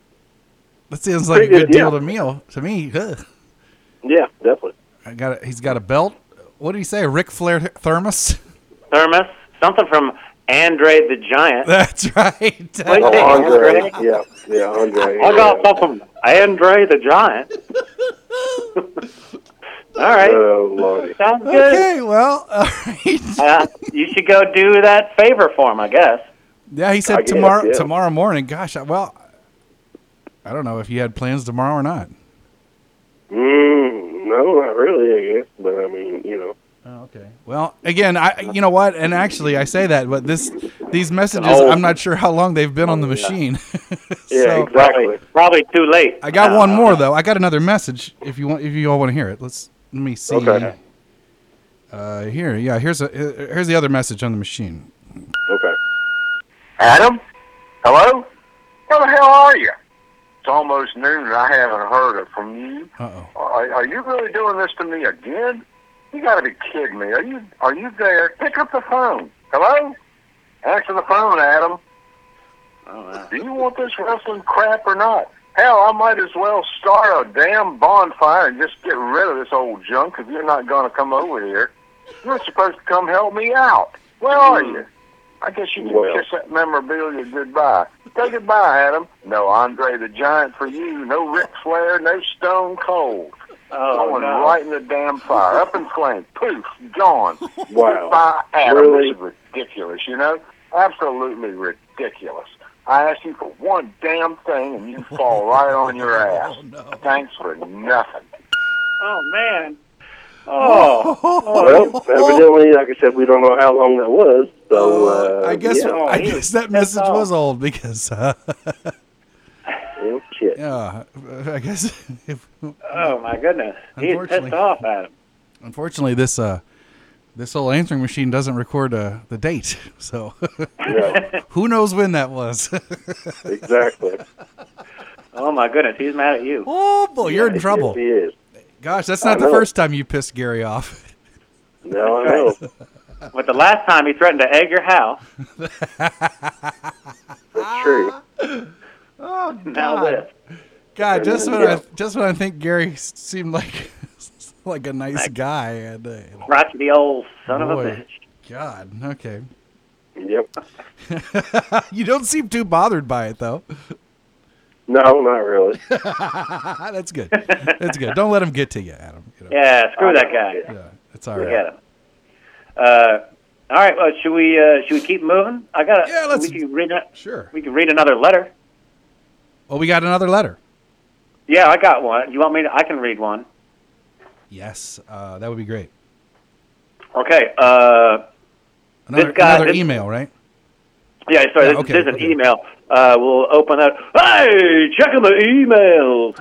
that sounds like a Pretty good good deal deal. to meal to me. Ugh. Yeah. Definitely. I got. A, he's got a belt. What did he say? A Ric Flair thermos. Thermos, something from Andre the Giant. That's right. Wait. Oh, Hey, Andre. Yeah. Yeah. Andre. I got yeah. something from Andre the Giant. all right. Oh lordy. Sounds good. okay. Well. All right. Uh, you should go do that favor for him, I guess. Yeah, he I said guess, tomorrow yeah. tomorrow morning. Gosh. I, well, I don't know if you had plans tomorrow or not. Mm, no, not really. I guess, but I mean, you know. Oh, okay. Well, again, I you know what? And actually, I say that, but this these messages, Oh. I'm not sure how long they've been on the machine. Yeah, So- exactly. Probably too late. I got Uh, one more though. I got another message. If you want, if you all want to hear it, let's let me see. Okay. Uh, here, yeah, here's a here- here's the other message on the machine. Okay. Adam? Hello? Where the hell are you? It's almost noon and I haven't heard it from you. Uh oh. Are, are you really doing this to me again? You gotta be kidding me. Are you are you there? Pick up the phone. Hello? Answer the phone, Adam. Oh, wow. Do you want this wrestling crap or not? Hell, I might as well start a damn bonfire and just get rid of this old junk if you're not gonna come over here. You're supposed to come help me out. Where are Hmm. you? I guess you can Well. kiss that memorabilia goodbye. Say goodbye, Adam. No Andre the Giant for you. No Ric Flair. No Stone Cold. Oh, Going no. right in the damn fire, up in flames, poof, gone. Wow. By Adam, Really? this is ridiculous. You know, absolutely ridiculous. I asked you for one damn thing, and you fall right on your ass. Oh, Thanks for nothing. Oh, man. Oh, Well, evidently, like I said, we don't know how long that was. So uh, I guess yeah, I he guess was that message off. was old because uh, yeah, shit. yeah, I guess if, oh my goodness. He's Unfortunately. pissed off at him. unfortunately this uh this old answering machine doesn't record uh, the date, so Yeah, who knows when that was? exactly. Oh, my goodness. He's mad at you. oh boy, you're in Yes, trouble. he is. Gosh, that's not I the know. first time you pissed Gary off. Now I know. But the last time he threatened to egg your house, That's true. Oh now this. God, just when Yeah. I just when I think Gary s- seemed like like a nice guy, and, uh, and- Crotchety old son of a Boy. bitch. God, okay, Yep. you don't seem too bothered by it though. No, not really. That's good. That's good. Don't let him get to you, Adam. You know? Yeah, screw that guy. yeah, it's all Forget right. him. Uh, all right. Well, should we uh, should we keep moving? I got. Yeah, let's- We can read. a- Sure. We can read another letter. Well, we got another letter. Yeah, I got one. You want me to? I can read one. Yes, uh, that would be great. Okay. Uh, Another, guy- another this- email, right? yeah. Sorry. Yeah, this, okay, this is an okay. email. Uh, we'll open that. Hey, check in the emails.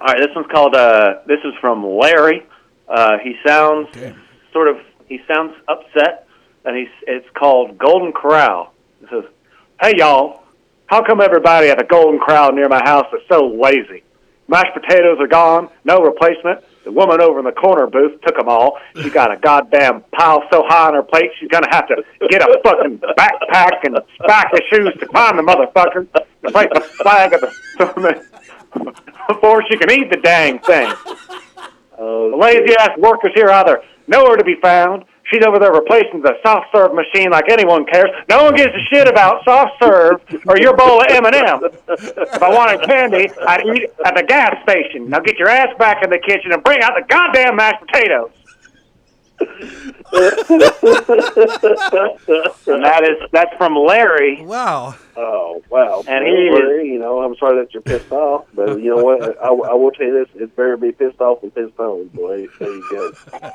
All right. This one's called. Uh, this is from Larry. Uh, he sounds Damn. sort of. He sounds upset, and he's. It's called Golden Corral. It says, "Hey y'all, how come everybody at the Golden Corral near my house is so lazy? Mashed potatoes are gone, no replacement. The woman over in the corner booth took them all. She got a goddamn pile so high on her plate she's gonna have to get a fucking backpack and spike her shoes to climb the motherfucker to place the flag of the summit before she can eat the dang thing. The lazy ass workers here either nowhere to be found. She's over there replacing the soft serve machine like anyone cares. No one gives a shit about soft serve or your bowl of M&M. If I wanted candy, I'd eat at the gas station. Now get your ass back in the kitchen and bring out the goddamn mashed potatoes. and that is that's from Larry. Wow. Oh wow! And Don't he- worry, you know, I'm sorry that you're pissed off, but you know what? I, I will tell you this: it's better to be pissed off than pissed on. Boy, there you go.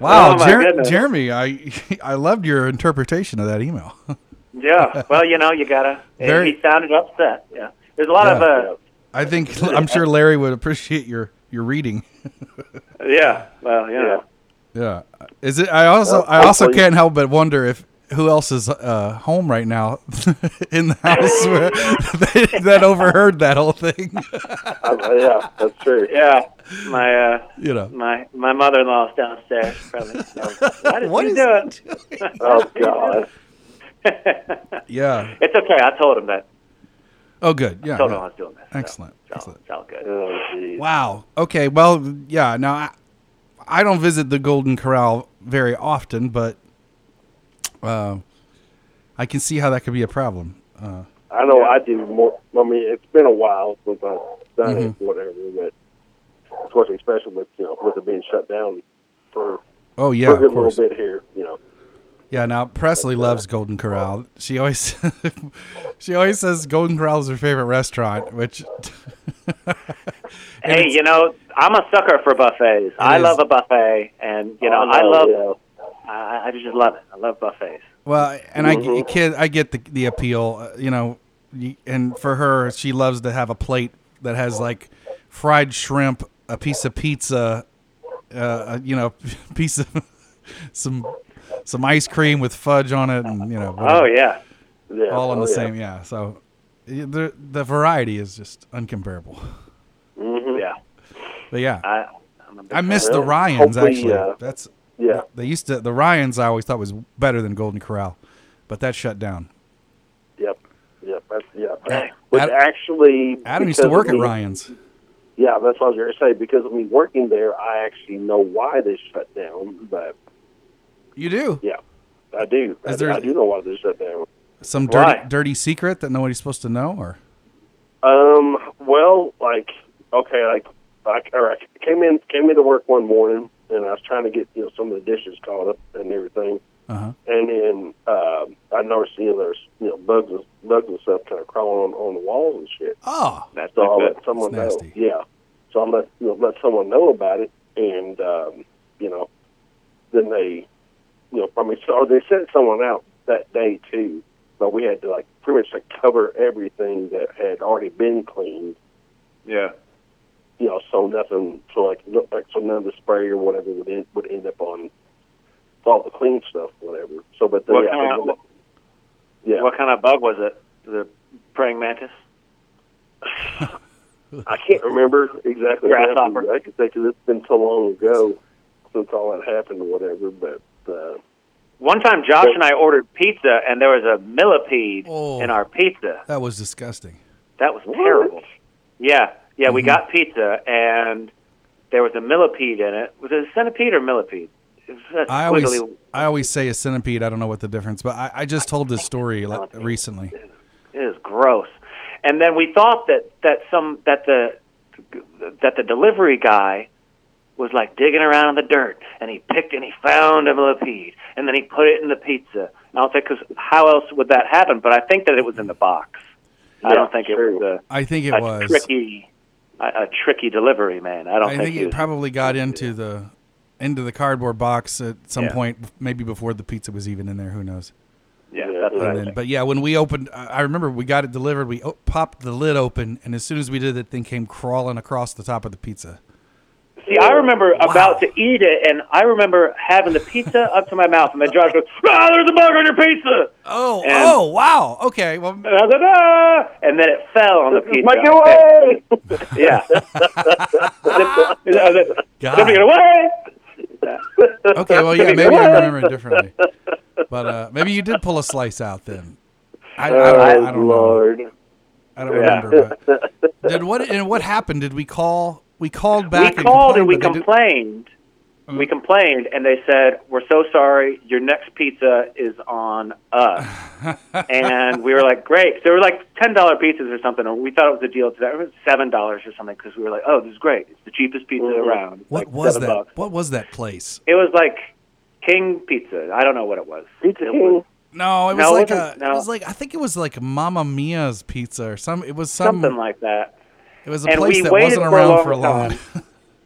Wow, Oh, my Jer- goodness. Jeremy, I I loved your interpretation of that email. Yeah. Well, you know, you gotta. Very- He sounded upset. Yeah. There's a lot Yeah. of uh, I think I'm sure Larry would appreciate your your reading. uh, Yeah. Well, you know. Yeah. Is it? I also Well, I also hopefully- can't help but wonder if who else is uh, home right now in the house where they, that overheard that whole thing. I, yeah, that's true. Yeah. My uh you know. my my mother in law's downstairs probably. Why did What you is do it? Oh God, Yeah. It's okay, I told him that. Oh, good. Yeah. I told him I yeah. was doing this. so Excellent. it's all- Excellent. It's all good. oh geez. Wow. Okay. Well, yeah. Now, I, I don't visit the Golden Corral very often, but uh, I can see how that could be a problem. Uh, I know I do more. I mean, it's been a while since I've done it, Mm-hmm. whatever. But it's nothing special, but you know, with it being shut down for, oh yeah, for a of good little course. bit here, you know. Yeah. Now Presley loves Golden Corral. She always, she always says Golden Corral is her favorite restaurant. Which, Hey, you know, I'm a sucker for buffets. I is. love a buffet and you know, Oh, I love yeah. I, I just love it. I love buffets. Well, and I Mm-hmm. g- kid, I get the the appeal, uh, you know, y- and for her, she loves to have a plate that has like fried shrimp, a piece of pizza, uh, uh, you know, piece of some some ice cream with fudge on it, and you know, Oh whatever, yeah, Yeah, all in oh, the yeah. same. Yeah, so y- the the variety is just uncomparable. yeah. But yeah, I, I I'm a big miss the Well, Ryans hopefully, actually. uh, That's Yeah. they used to the Ryans. I always thought was better than Golden Corral, but that shut down. Yep. Yep. That's, yeah. Hey, But Adam- actually, Adam used to because work of at me- Ryan's. Yeah, that's what I was going to say. Because of me working there, I actually know why they shut down. But You do. yeah, I do. I, Is there- I do know why they shut down. some Why? dirty, dirty secret that nobody's supposed to know, or Um. Well, like, okay, like, like, all right. Came in, came into work one morning, and I was trying to get you know some of the dishes caught up and everything. uh-huh. And then um I noticed you know, there's you know bugs, and- bugs and stuff kind of crawling on, on the walls and shit. oh, That's So not I'll good. let someone That's know. nasty. Yeah. So I'll let you know, let someone know about it, and um, you know, then they, you know, I mean, so or they sent someone out that day too, but we had to like pretty much like cover everything that had already been cleaned. Yeah. You know, so nothing, so like, no, like so none of the spray or whatever would end, would end up on all the clean stuff, whatever. So, but the, What yeah, kind of- they- yeah, What kind of bug was it? The praying mantis? I can't remember exactly. what happened. Grasshopper. I could think of it's been so long ago since all that happened or whatever. But uh, One time, Josh and I ordered pizza, and there was a millipede Oh. in our pizza. that was disgusting. That was terrible. Yeah, yeah. Mm-hmm. We got pizza, and there was a millipede in it. Was it a centipede or millipede? It was that I always, squiggly- I always say a centipede. I don't know what the difference, but I, I just told this story like recently. It is gross. And then we thought that that some that the that the delivery guy was like digging around in the dirt, and he picked and he found a millipede, and then he put it in the pizza. And I was like, 'cause how else would that happen? But I think that it was in the box. I Yeah, don't think sure. it was I think it a, a was. tricky a, a tricky delivery man. I don't I think, think he it was- probably got into the into the cardboard box at some Yeah. point, maybe before the pizza was even in there. Who knows? yeah, Yeah, that's what I And then, but yeah, when we opened, I I remember we got it delivered. We o- popped the lid open, and as soon as we did, that thing came crawling across the top of the pizza. See, I remember about to eat it, and I remember having the pizza up to my mouth, and then Josh goes, "Ah, there's a bug on your pizza!" Oh, And- oh, wow. Okay, well, And I was like, "Ah!" And then it fell on the pizza. make it away. Yeah. I was like, God. "Something get away!" Okay, well, yeah, maybe I'm remembering differently. But uh, maybe you did pull a slice out then. I, I, don't, I don't know. Oh, Lord. I don't Oh, Yeah. remember. But did what and what happened? Did we call? We called back. we called and we but they didn't- complained. We complained, and they said, "We're so sorry. Your next pizza is on us." and we were like, "Great!" So they were like ten dollar pizzas or something, or we thought it was a deal to that. It was seven dollars or something because we were like, "Oh, this is great. It's the cheapest pizza around." It's What like was seven that? bucks. What was that place? It was like King Pizza. I don't know what it was. Um, Pizza It King. was- No, it was No, it like a. wasn't- no. It was like I think it was like Mamma Mia's pizza or some. It was some. something like that. it was a and place we that waited wasn't for a around long for long. time.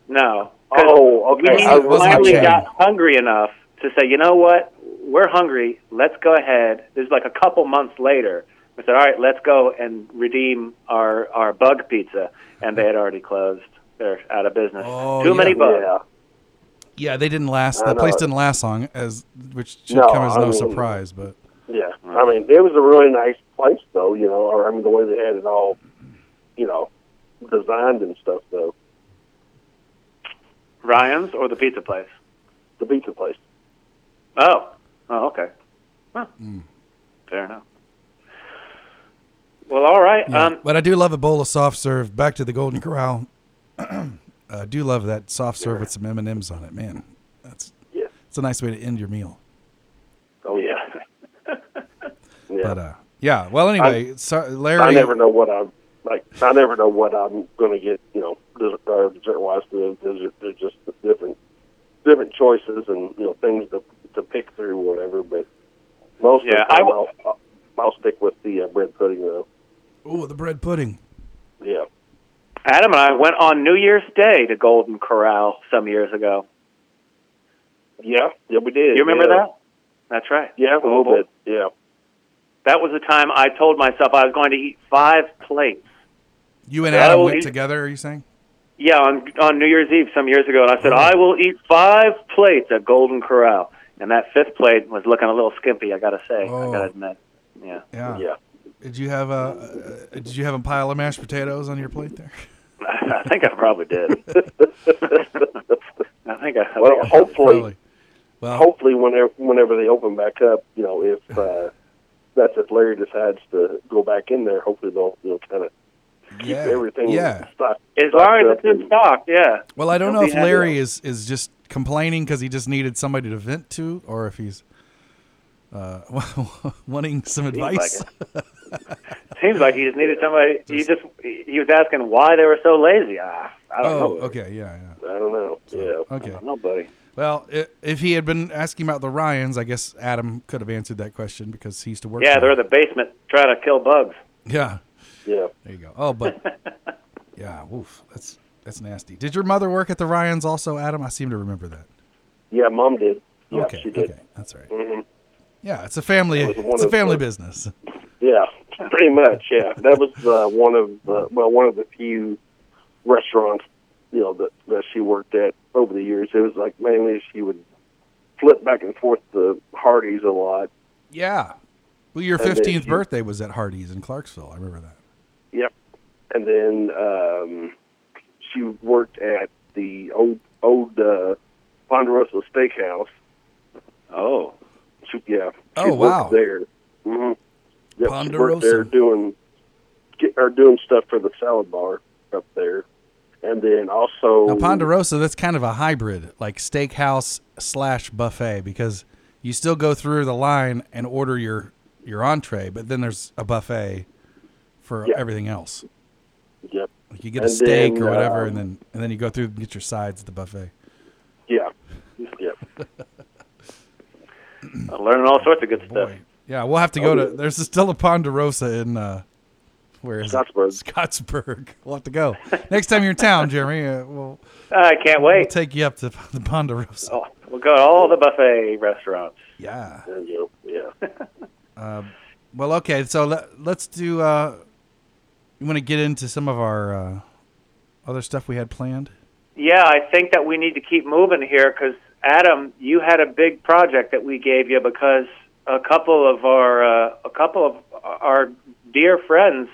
No. 'Cause Oh, okay. we I was wasn't finally kidding. like, got hungry enough to say, you know what? We're hungry. Let's go ahead. There's like a couple months later. We said, all right, let's go and redeem our, our bug pizza. And they had already closed. They're out of business. Oh, Too yeah. many bugs. yeah. yeah, they didn't last. I That know. place didn't last long, as which should No, come as I no mean- surprise. But Yeah, I mean, it was a really nice place, though. You know, or I mean, the way they had it all, you know, designed and stuff, though. Ryan's or the pizza place? The pizza place. Oh. Oh, okay. Well, Hmm. fair enough. Well, all right. Yeah, Um, but I do love a bowl of soft serve. Back to the Golden Corral. Uh, I do love that soft serve with some M and M's on it. Man, that's Yeah. it's a nice way to end your meal. Oh yeah. yeah. But uh, yeah. Well, anyway, so, Larry. I never know what I'm like. I never know what I'm going to get. You know, dessert, uh, dessert wise, there's, there's, there's just different different choices and you know things to to pick through, or whatever. But most Yeah, of the time, I i w- I'll, I'll stick with the uh, bread pudding, though. Ooh, the bread pudding. Yeah. Adam and I went on New Year's Day to Golden Corral some years ago. Yeah, yeah, we did. You remember yeah. that? That's right. Yeah, a little bit. Yeah. That was the time I told myself I was going to eat five plates. You and Yeah, Adam well, went he- together. Are you saying? Yeah, on on New Year's Eve some years ago, and I said I will eat five plates at Golden Corral, and that fifth plate was looking a little skimpy. I gotta say, Oh. I gotta admit. Yeah, Yeah. Yeah. Did you have a uh, Did you have a pile of mashed potatoes on your plate there? I think I probably did. I think I. I Well, think I- hopefully, Probably. Well, hopefully, whenever whenever they open back up, you know, if uh, that's if Larry decides to go back in there, hopefully they'll you know kind of yeah, everything yeah. stocked. as long as it's in stock, yeah. Well, I don't know They'll if be happy. Larry is is just complaining because he just needed somebody to vent to, or if he's uh, wanting some like advice. Seems like he just needed somebody. He just he he was asking why they were so lazy. Ah, I don't oh, know. okay, yeah, yeah. I don't know. Yeah. Okay. Nobody. Well, i- if he had been asking about the Ryans, I guess Adam could have answered that question because he used to work. Yeah, there. they're in the basement trying to kill bugs. Yeah, Yeah. there you go. Oh, but yeah, woof, that's that's nasty. Did your mother work at the Ryans also, Adam? I seem to remember that. Yeah. Mom did. Yeah, okay, she did. okay, that's all right. Mhm. Yeah, it's a family. It was one It's a of family the- business. Yeah, pretty much. Yeah, that was uh, one of uh, well, one of the few restaurants you know that that she worked at over the years. It was like mainly she would flip back and forth to Hardee's a lot. Yeah. Well, your And then fifteenth you- birthday was at Hardee's in Clarksville. I remember that. Yep, and then um, she worked at the old old uh, Ponderosa Steakhouse. Oh, She, yeah. Oh, she wow. Worked there. hmm Yep, She worked Ponderosa. there doing get, or doing stuff for the salad bar up there, and then also Now Ponderosa, that's kind of a hybrid, like steakhouse slash buffet, because you still go through the line and order your your entree, but then there's a buffet for Yeah. everything else. Yep. Like you get a And steak then, or whatever, and um, then and then you go through and get your sides at the buffet. Yeah. Yep. I'm uh, learning all sorts of good stuff. Boy, yeah, we'll have to Um, go to. There's still a Ponderosa in uh, where is it? Scottsburg. Scottsburg. We'll have to go next time you're in town, Jeremy. Uh, we'll, I can't we'll wait. take you up to the Ponderosa. Oh, we'll go to all the buffet restaurants. Yeah. There you go. Yeah. Well, okay. So let, let's do. Uh, you want to get into some of our uh, other stuff we had planned? Yeah, I think that we need to keep moving here because Adam, you had a big project that we gave you because a couple of our uh, a couple of our dear friends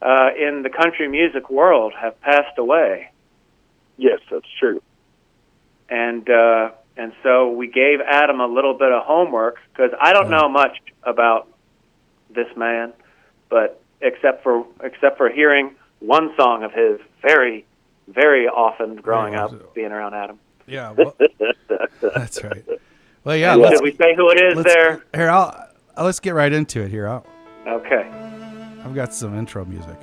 uh, in the country music world have passed away, Yes, that's true. and uh, and so we gave Adam a little bit of homework because I don't know much about this man, but except for except for hearing one song of his very very often growing Yeah. up being around Adam. Yeah. Well, that's right. Well, yeah. Should Uh, Let's, we say who it is let's there? here. I'll, I'll let's get right into it. Here, I'll, Okay. I've got some intro music.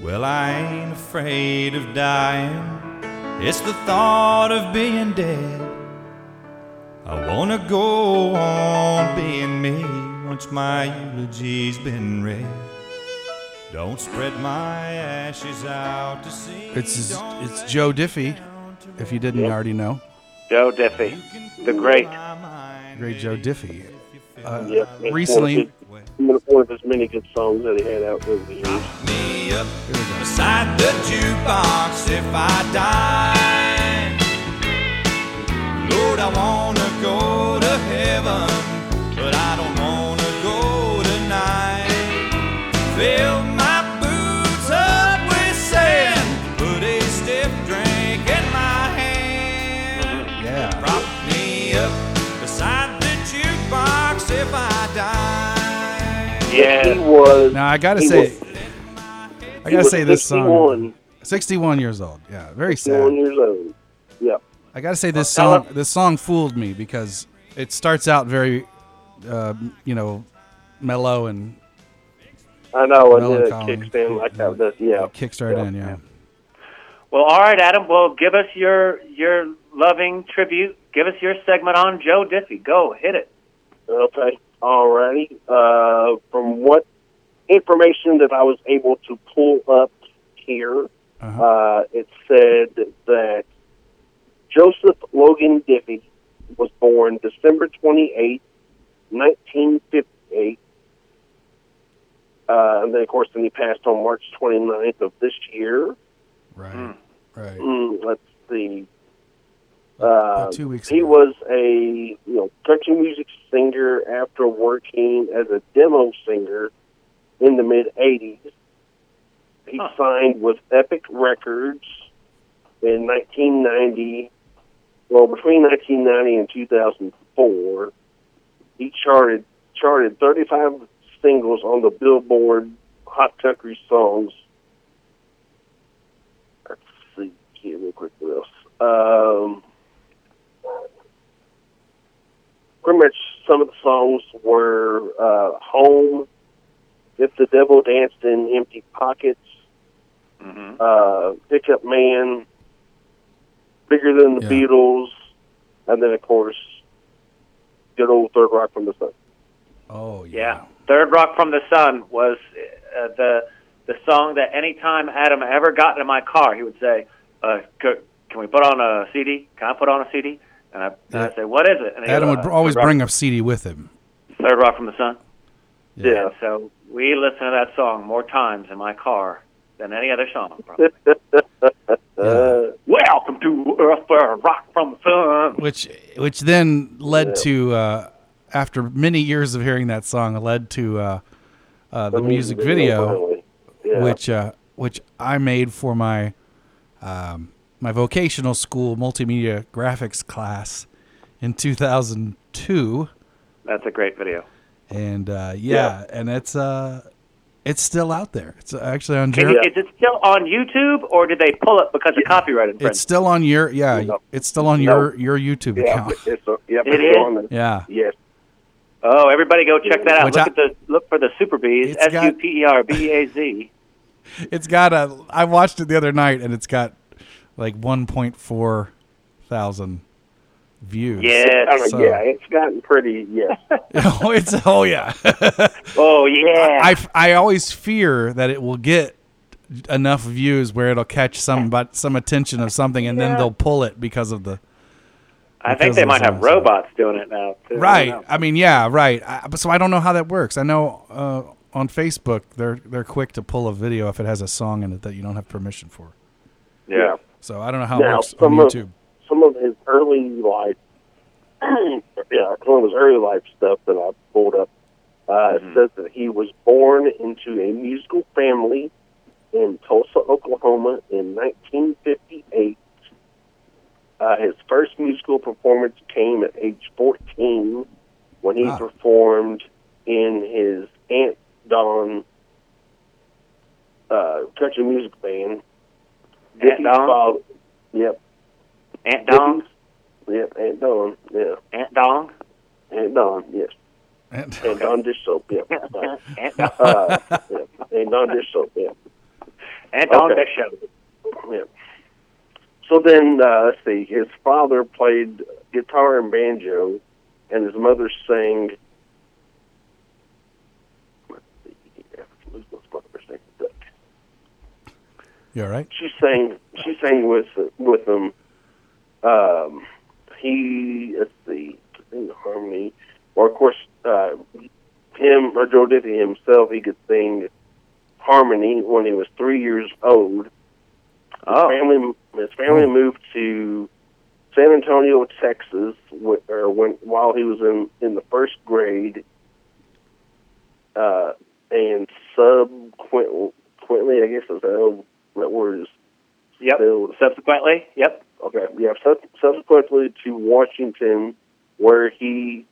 Well, I ain't afraid of dying. It's the thought of being dead. I wanna go on being me once my eulogy's been read. Don't spread my ashes out to sea. It's Don't it's let Joe Diffie. If you didn't already know, Joe Diffie, the great. my mind great Joe Diffie. Uh, Yep. It's recently, one of, his, one of his many good songs that he had out over the years. me up beside the jukebox if I die. Lord, I wanna go to heaven, but I don't wanna go tonight. Fill my boots up with sand, put a stiff drink in my hand. yeah. Prop me up beside the jukebox if I die. He Yeah. was. Now I gotta he say, was- I he gotta was say this song. 61, 61 years old. Yeah, very 61 sad. years old. Yep. I gotta say this Tell song. This song fooled me because it starts out very, uh, you know, mellow and I know. I did a melancholy. kickstand like that. That yeah. It kicks right Yeah. in. Yeah. Well, all right, Adam. Well, give us your your loving tribute. Give us your segment on Joe Diffie. Go hit it. Okay. Alrighty. Uh, from what information that I was able to pull up here, Uh-huh. uh, it said that Joseph Logan Diffie was born December twenty eighth, 1958. Uh, and then, of course, then he passed on March 29th of this year. Right. Right. Mm, let's see. Uh, two weeks he ago. was a you know country music singer after working as a demo singer in the mid '80s. He signed with Epic Records in 1990. Well, between 1990 and 2004, he charted charted 35 singles on the Billboard Hot Country Songs. Let's see here real quick. What else? Um, pretty much some of the songs were uh, "Home," "If the Devil Danced in Empty Pockets," uh, "Pickup Man," "Bigger Than the Yeah. Beatles," and then of course, good old "Third Rock from the Sun." Oh Yeah. Third Rock from the Sun was uh, the the song that anytime Adam ever got in my car, he would say, uh, c- "Can we put on a CD? Can I put on a CD?" And I and I'd say, "What is it?" And he'd Adam go, would "Uh, br- always Third Rock- bring a CD with him. Third Rock from the Sun. Yeah. And so we listened to that song more times in my car than any other song. Probably. Uh, Welcome to Earth, Third Rock from the Sun. Which which then led to uh, after many years of hearing that song led to uh, uh, the music video, finally. Yeah. which uh, which I made for my um, my vocational school multimedia graphics class in 2002. That's a great video. and uh, yeah, and it's uh, it's still out there. It's actually on Is, Jer- is it still on YouTube, or did they pull it because of copyright infringement? it's still on your yeah, No. it's still on No. your your YouTube yeah, account. it's a, yep, It it's is? on the, Yeah, yes, Oh, everybody go check that out. Which Look I- at the look for the Super Bees. It's S got- U P E R B A Z. it's got a. I watched it the other night, and it's got like 1.4 thousand views. I Yes. mean, So- yeah, it's gotten pretty. Yes, oh, it's oh yeah. Oh yeah. I, I always fear that it will get enough views where it'll catch some but some attention of something, and then they'll pull it because of the I think because they of might the have songs. robots doing it now. Too. Right. I don't know. I mean, yeah, right. I, but so I don't know how that works. I know uh, on Facebook they're they're quick to pull a video if it has a song in it that you don't have permission for. yeah. So I don't know how it Now, works on some of- YouTube. some of his early life, yeah, some of his early life stuff that I pulled up uh, says that he was born into a musical family in Tulsa, Oklahoma, in 1958. Uh, his first musical performance came at age 14 when he Ah. performed in his Aunt Don uh, country music band. Dickie's Don? father- Yep. Aunt Dong. Yep, Aunt Dawn. Yeah, Aunt Dong. Aunt Dawn. Yes, And- Aunt Dawn dish soap. Yeah, Right. Aunt Dong. uh, yeah. Aunt Dawn dish soap. Yeah, Aunt Dong Okay. Dish Show. yeah. So then, uh, let's see. His father played guitar and banjo, and his mother sang. Let's see here. Lose my spot for a second. you all right? she sang she sang with with him. Um, he let's see in harmony, or of course uh, him or Joe Diddy himself. He could sing harmony when he was three years old. Oh. Family his family moved to San Antonio, Texas, wh- or when while he was in in the first grade. Uh, and subsequently, I guess is how that word is Yep. Build. Subsequently. Yep. Okay. Yeah. sub- Subsequently to Washington, where he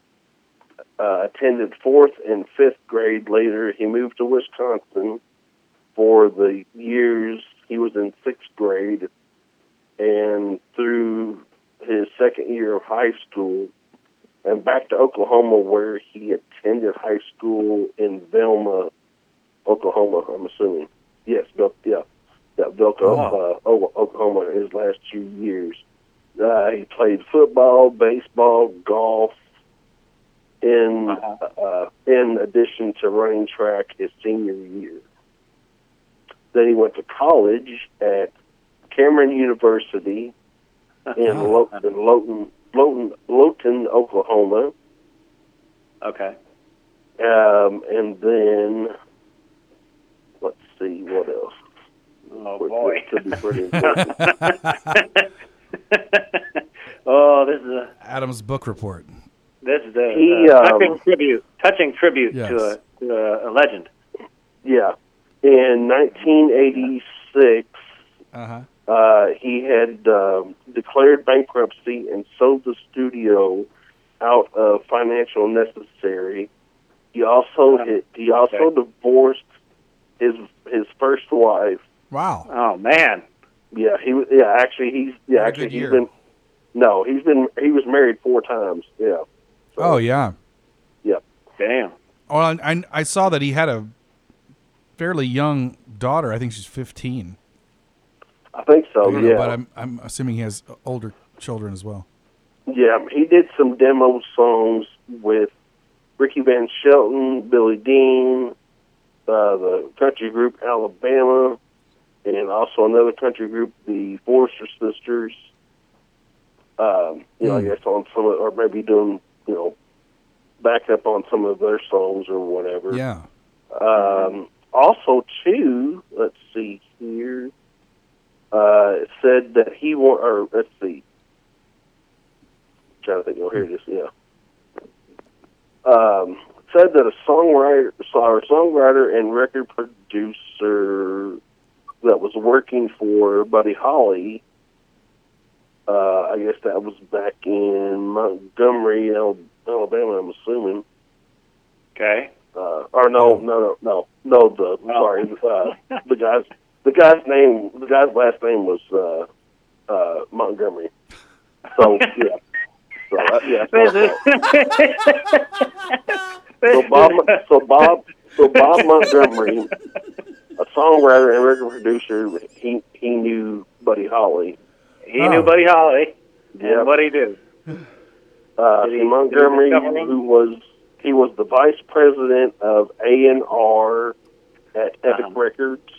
uh, attended fourth and fifth grade. Later, he moved to Wisconsin for the years he was in sixth grade and through his second year of high school, and back to Oklahoma, where he attended high school in Velma, Oklahoma. I'm assuming. Yes. Vel- Yeah. That Velka, Oh. Wow. uh, O- Oklahoma, his last two years. Uh, he played football, baseball, golf. In Uh-huh. uh, in addition to running track his senior year, then he went to college at Cameron University in, Lo- in Lowton, Lowton, Lowton Oklahoma, Okay. um, and then let's see what else. Oh Which boy. could be pretty important. oh, this is a Adam's book report. this is a, He, a um, touching tribute. Touching tribute Yes. to, a, to a, a legend. yeah, in 1986, Uh huh. uh, he had um declared bankruptcy and sold the studio out of financial necessary. He also Oh, he also divorced his his first wife. Wow. Oh man. Yeah, he was. Yeah, actually, he's yeah, Not a actually good he's year. been. No, he's been he was married four times. Yeah, Oh yeah. Damn. Well, I, I I saw that he had a fairly young daughter. I think she's fifteen. I think so. I don't know, Oh, yeah, but I'm I'm assuming he has older children as well. yeah, he did some demo songs with Ricky Van Shelton, Billy Dean, uh, the country group Alabama, and also another country group, the Forrester Sisters. Um, you know, I Hmm. guess on some of, or maybe doing you know backup on some of their songs or whatever. Yeah. Um, also, too, let's see here. Uh, it said that he wa- or let's see. trying to think. Oh, here it is. Yeah. Um, it said that a songwriter, or songwriter and record producer that was working for Buddy Holly. Uh, I guess that was back in Montgomery, Al- Alabama. I'm assuming Okay. uh, or no, no, no, no, no. The sorry, uh, the guy's the guy's name, the guy's last name was uh, uh, Montgomery. So yeah, so uh, yeah. This So, so is- Bob, so Bob, so Bob Montgomery, a songwriter and record producer, he he knew Buddy Holly. he Oh. knew Buddy Holly. Yeah. And what'd he do? Uh, Did he- see, Montgomery, did he discover him? who was he was the vice president of A and R at Epic Uh-huh. Records,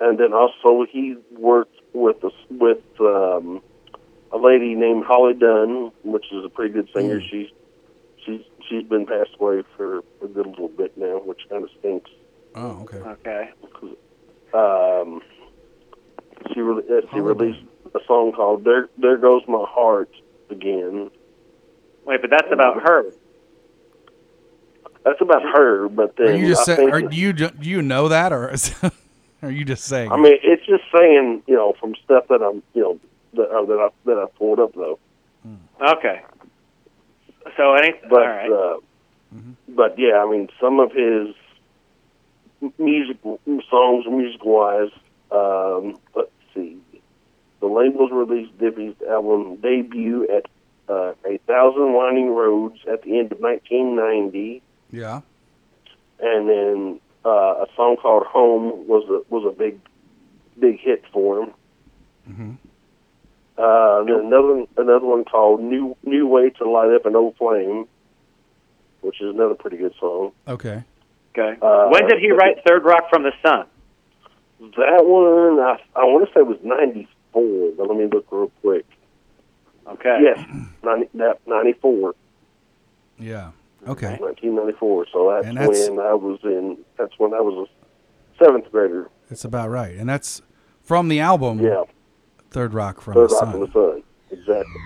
and then also he worked with a, with um, a lady named Holly Dunn, which is a pretty good singer. Mm. She's she's she's been passed away for a good little bit now, which kind of stinks. Oh okay. Okay. Um, she re- uh, she Holly released a song called "There There Goes My Heart" again. Wait, but that's about her. That's about her, but then Are you just I say, think are do you ju- do you know that or is, are you just saying? I mean, it's just saying you know from stuff that I'm you know that uh, that I that I pulled up though, Okay. So any but all right. uh, Mm-hmm. but yeah, I mean some of his m- music songs, music wise. Um, let's see, the labels released Dippy's album debut at uh, a thousand winding roads at the end of 1990. yeah. and then uh, a song called "Home" was a was a big big hit for him. Mhm. Uh, and then another another one called "New New Way to Light Up an Old Flame," which is another pretty good song. Okay. okay. uh, when did he but- write Third Rock from the Sun? That one I I want to say was '94, but let me look real quick. Okay. Yes, 90, that '94, Yeah. Okay. Mm-hmm. 1994. So that's, And that's- when I was in. That's when I was a seventh grader. That's about right. And that's from the album Yeah, Third Rock from Third the Rock from Sun. the Sun. Exactly.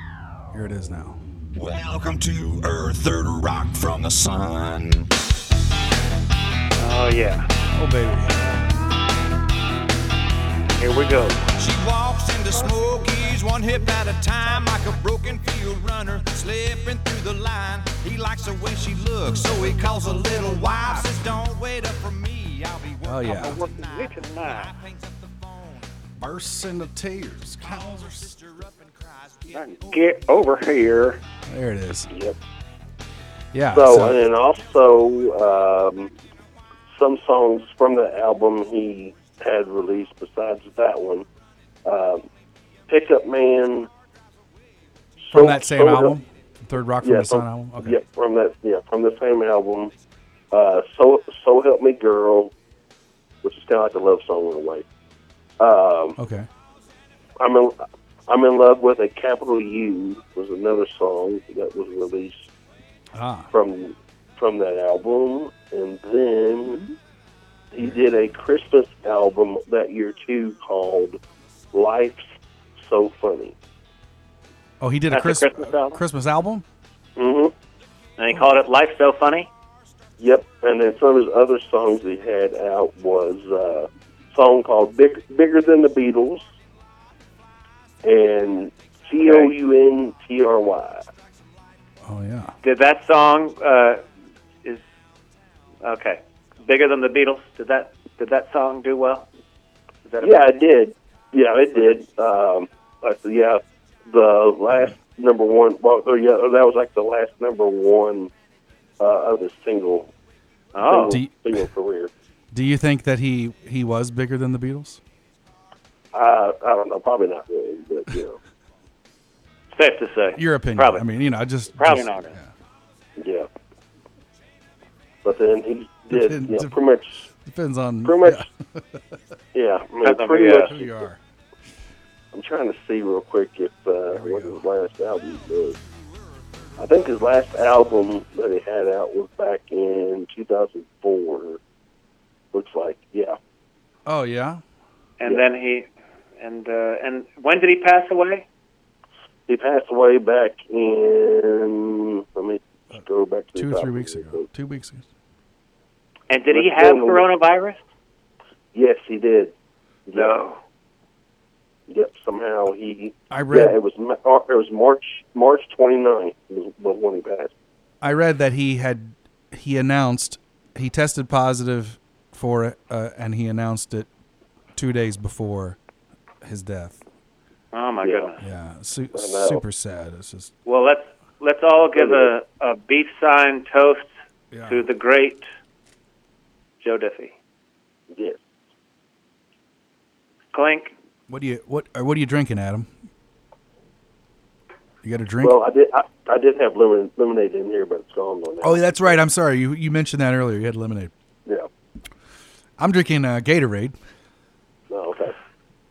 Here it is now. Welcome to Earth, third rock from the sun. Oh yeah. Oh baby. Here we go. She walks into Smokies one hip at a time like a broken field runner slipping through the line. He likes the way she looks, so he calls a little wife. Says, "Don't wait up for me, I'll be working Oh, yeah. all Working night." you tonight. I hangs up the phone, Bursts into tears. calls her sister up and cries, "Get Get over here. There it is. Yep. Yeah. So, uh, so- and also um, some songs from the album he had released besides that one. Um, Pickup Man. from So- that same Soda- album, Third Rock from yeah, the Sun so- album. Okay. yeah, from that, yeah, from the same album. Uh, so, so help me, girl, which is kind of like a love song in a way. Um, Okay. I mean, I'm in love with a capital U was another song that was released Ah, from from that album, and then he did a Christmas album that year too called "Life's So Funny." oh, he did a That's a Christ- Christmas album? Christmas album. Mm-hmm. And he called it Life So Funny. Yep, and then some of his other songs he had out was uh, a song called Big, "Bigger Than the Beatles" and "C O U N T R Y." Oh yeah. Did that song uh, is okay? Bigger than the Beatles. Did that did that song do well? Is that Yeah, it did. Yeah, it did. Um, like, yeah, the last number one. Well, or yeah, that was like the last number one uh, of his single. Oh. single, Do single career. Do you think that he he was bigger than the Beatles? I I don't know. Probably not really, but you know, safe to say. Your opinion. Probably. I mean, you know, I just Probably just- not. yeah. yeah. But then he did. You Depends know, if- pretty much. Depends on Pretty yeah, much. Yeah, I mean, Depends on pretty who you much. who you are. I'm trying to see real quick if uh, we what go. his last album was. I think his last album that he had out was back in 2004. Looks like, yeah. Oh yeah. and then he and uh, and when did he pass away? He passed away back in. Let me just go back to Uh, Two or the three top weeks here. ago. Two weeks ago. And did he Let's have go. coronavirus? Yes, he did. No. Yep. Somehow he. I read Yeah, it was Ma- uh, it was March March 29th was was when he passed. I read that he had he announced he tested positive for it, uh, and he announced it two days before his death. Oh my Yeah. goodness. Yeah, su- know. super sad. It's just Well, let's let's all give a, a beef sign toast yeah. to the great Joe Diffie. Yes. Clink. What do you what uh, what are you drinking, Adam? You got a drink? Well, I did. I, I did have lemon, lemonade in here, but it's gone now. oh, that's right. I'm sorry. You you mentioned that earlier. You had lemonade. yeah. I'm drinking uh, Gatorade. No, okay.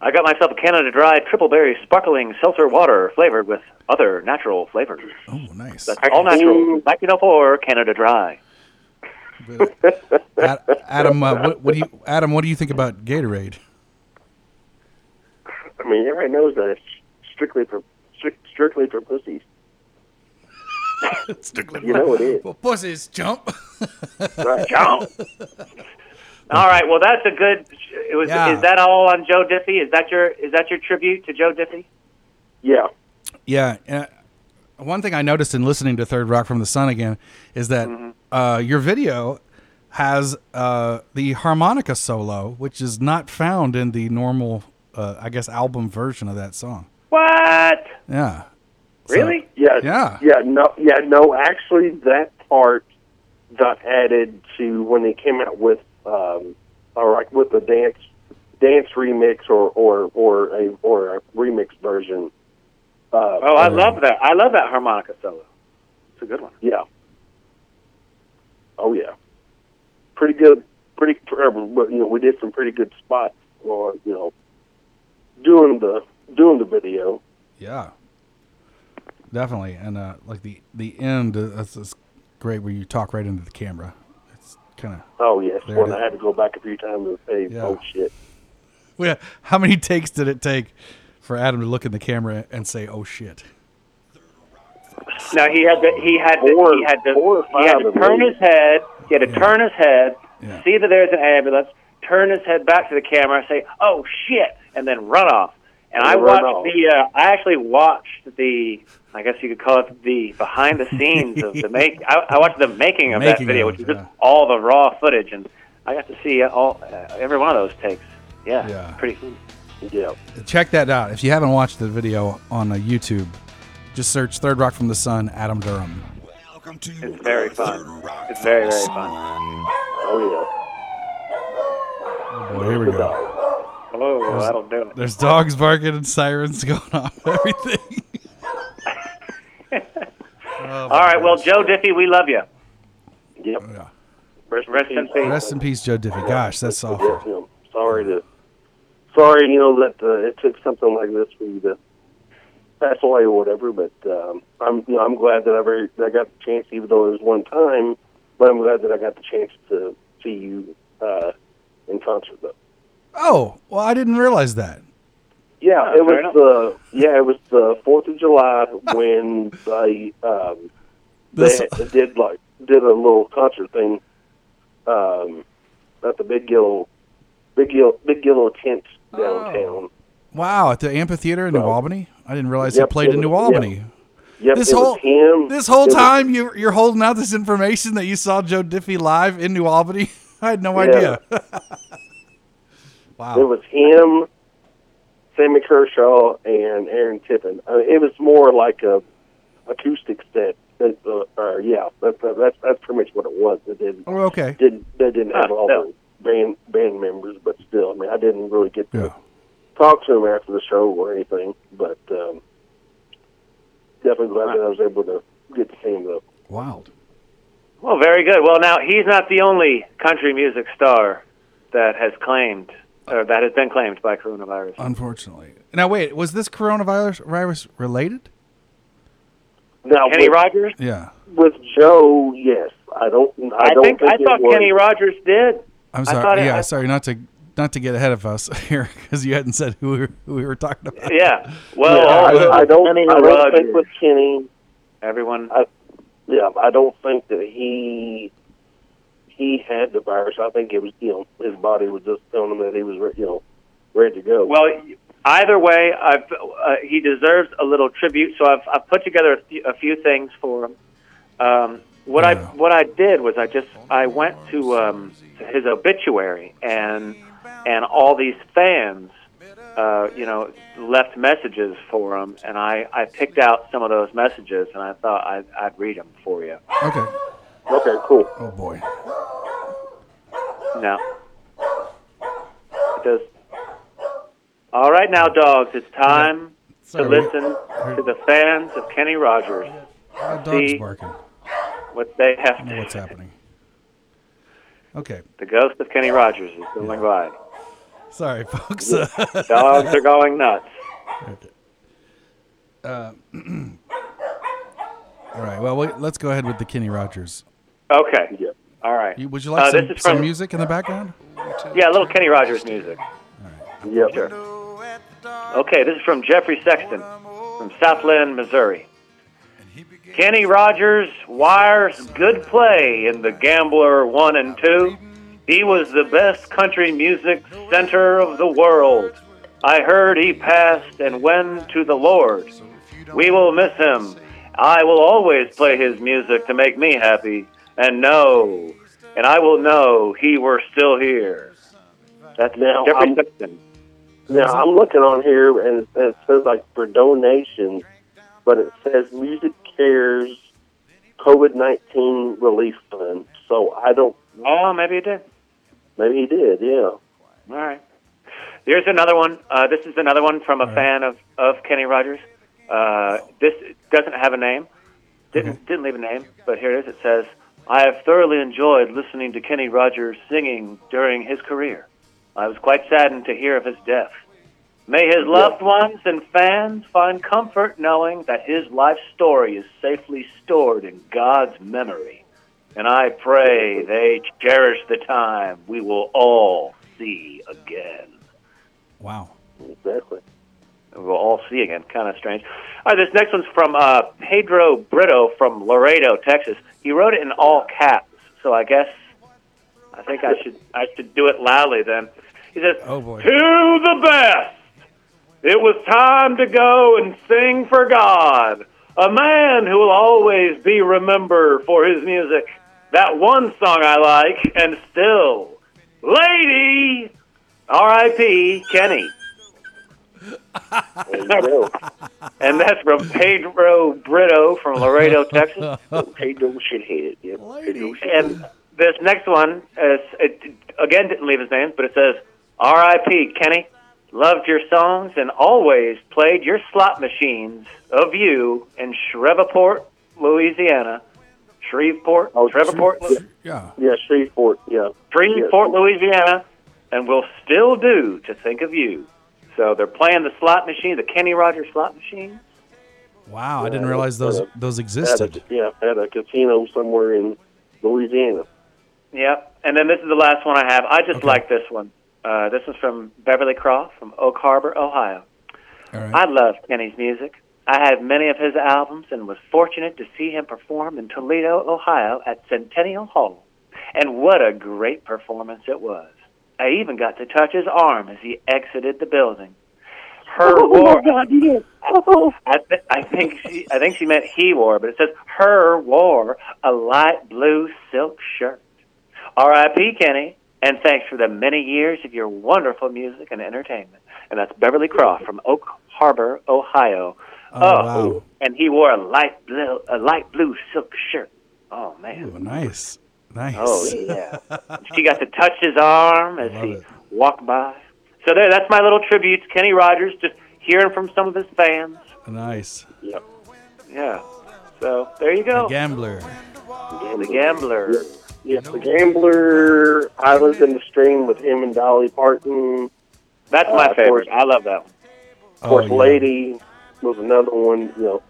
I got myself a Canada Dry Triple Berry Sparkling Seltzer Water flavored with other natural flavors. Oh, nice. That's all natural. 1904 Canada Dry. Ad- Adam, uh, what, what do you Adam? What do you think about Gatorade? I mean, everybody knows that it's strictly for stric- strictly for pussies. You know it is. Well, pussies jump. Right. All right. Well, that's a good. It was. Yeah. Is that all on Joe Diffie? Is that your is that your tribute to Joe Diffie? Yeah. Yeah. Uh, one thing I noticed in listening to Third Rock from the Sun again is that uh, your video has uh, the harmonica solo, which is not found in the normal, uh, I guess, album version of that song. What? Yeah. So- Really? Yeah. Yeah. Yeah. No. Yeah. No. Actually, that part got added to when they came out with, um, or like with the dance dance remix or or or a or a remix version. Uh, Oh, I love that. I love that harmonica solo. It's a good one. Yeah. Oh yeah. Pretty good. Pretty. uh, but, You know, we did some pretty good spots on you know doing the doing the video. Yeah, definitely. And uh, like the the end, uh, that's, that's great where you talk right into the camera. It's kind of Oh yes, There one it is. I had to go back a few times and say, Yeah. "Oh shit." yeah. How many takes did it take for Adam to look in the camera and say, "Oh shit"? No, he had to. He had to. Four- he had to. four or he had five to of turn these. his head. He had to Yeah. turn his head. Yeah. See that there's an ambulance. Turn his head back to the camera. Say, "Oh shit!" and then run off. And I Run watched off. the. Uh, I actually watched the. I guess you could call it the behind the scenes of the make. I, I watched the making of Making that video, of it, which is just yeah. all the raw footage, and I got to see all uh, every one of those takes. Yeah, Yeah. pretty cool. Yeah. Check that out if you haven't watched the video on uh, YouTube. Just search "Third Rock from the Sun," Adam Durham. It's very fun. It's very very fun. Oh Oh, boy, here we go. Oh, that'll do it. There's dogs barking and sirens going on. Everything. All right, well, Joe Diffie, we love you. yeah. Yep. Oh, Yeah. Rest, Rest in peace. Rest in peace, Joe Diffie. Gosh, that's Yeah, awful. you know, Sorry to. Sorry, you know that uh, it took something like this for you to why or whatever. But um, I'm you know, I'm glad that I ever that I got the chance, even though it was one time. But I'm glad that I got the chance to see you uh, in concert, though. Oh, well, I didn't realize that. Yeah, it Ah, fair was the yeah it was the Fourth of July when they um, This- they did like did a little concert thing um, at the Big Gill Big Gill Big Gill tent Oh. downtown. Wow, at the amphitheater in New So- Albany. I didn't realize Yep, they played it in New was- Albany. Yep, This it whole- was him. This whole it was- time you you're holding out this information that you saw Joe Diffie live in New Albany. I had no Yeah. idea. wow. It was him, Sammy Kershaw, and Aaron Tippin. I mean, it was more like a acoustic set. That, uh, uh, yeah, that's that's that's pretty much what it was. It didn't oh, okay. didn't they didn't have Huh, all no. the band band members, but still, I mean, I didn't really get to Yeah. talk to him after the show or anything. But um, definitely glad that I was able to get to see him though. Wild. Well, very good. Well, now he's not the only country music star that has claimed or that has been claimed by coronavirus. Unfortunately. Now wait, was this coronavirus virus related? Now Kenny with, Rogers? Yeah. with Joe, yes, I don't. I, I, don't think, think I it thought was- Kenny Rogers did. I'm I sorry. thought it- yeah, I- sorry not to not to get ahead of us here because you hadn't said who we were, who we were talking about. Yeah. Well, Yeah, I, also, I don't. Kenny I don't Rogers. think with Kenny. everyone. Yeah, I don't think that he he had the virus. I think it was you know his body was just telling him that he was re- you know ready to go. Well, either way, I've, uh, he deserves a little tribute. So I've, I've put together a few, a few things for him. Um, what I Yeah. what I did was I just I went to um, his obituary and and all these fans, uh, you know, left messages for him, and I, I picked out some of those messages and I thought I'd, I'd read them for you. Okay. okay, cool. Oh boy. No. It does. All right, now, dogs, it's time to Sorry. listen to the fans of Kenny Rogers, My dog's See- barking. what they have I don't know what's to. happening. Okay. The ghost of Kenny Rogers is going by. Sorry, folks. Uh, Dogs are going nuts. Uh, all right. Well, wait, let's go ahead with the Kenny Rogers. Okay. Yeah. All right. You- Would you like Uh, some, this is some from- music in the background? Yeah, a little Kenny Rogers music. Yep. Okay, this is from Jeffrey Sexton from Southland, Missouri. Kenny Rogers wires good play in the Gambler 1 and 2. He was the best country music center of the world. I heard he passed and went to the Lord. We will miss him. I will always play his music to make me happy and know, and I will know he were still here. That's Now, Jeffrey I'm- Sexton. Now I'm looking on here, and it, it says like for donations, but it says Music Cares COVID nineteen relief fund. So I don't. Oh, maybe he did. Maybe he did. Yeah. All right. Here's another one. Uh, this is another one from a fan of, of Kenny Rogers. Uh, this doesn't have a name. Didn't didn't leave a name, but here it is. It says, "I have thoroughly enjoyed listening to Kenny Rogers singing during his career. I was quite saddened to hear of his death. May his loved ones and fans find comfort knowing that his life story is safely stored in God's memory." and I pray they cherish the time we will all see again. Wow. Exactly. We'll all see again. Kind of strange. All right, this next one's from uh, Pedro Brito from Laredo, Texas. He wrote it in all caps, so I guess I think I should I should do it loudly then. He says, Oh, boy. "To the best, it was time to go and sing for God, a man who will always be remembered for his music. That one song I like, and still, lady." R.I.P. Kenny. There you go. And that's from Pedro Brito from Laredo, Texas. Hey, don't shithead. Yeah. Lady. And this next one, is, it, again, didn't leave his name, but it says, R.I.P. Kenny, loved your songs and always played your slot machines of you in Shreveport, Louisiana. Shreveport, oh, Shreveport, Lu- Yeah. Yeah, Shreveport. Yeah. Shreveport, Louisiana, and will still do to think of you. So they're playing the slot machine, the Kenny Rogers slot machine. Wow, I Yeah, didn't realize those uh, those At a, existed. yeah, at a casino somewhere in Louisiana. Yep. And then this is the last one I have. I just like this one. Uh, this is from Beverly Croft from Oak Harbor, Ohio. All right. I love Kenny's music. I had many of his albums and was fortunate to see him perform in Toledo, Ohio at Centennial Hall. And what a great performance it was. I even got to touch his arm as he exited the building. Her war. I, th- I think she, I think she meant he wore, but it says her wore a light blue silk shirt. R.I.P. Kenny, and thanks for the many years of your wonderful music and entertainment. And that's Beverly Croft from Oak Harbor, Ohio. Oh, wow. and he wore a light blue a light blue silk shirt. Oh man. Ooh, nice, nice. Oh yeah. she got to touch his arm as Love he it. walked by. So there, that's my little tribute to Kenny Rogers, just hearing from some of his fans. nice. Yeah. So there you go. Gambler. The gambler. Yeah, the gambler, Islands in the Stream with him and Dolly Parton. That's Uh, my of course. favorite. I love that one. Of course, Oh, yeah. Lady was another one, you know,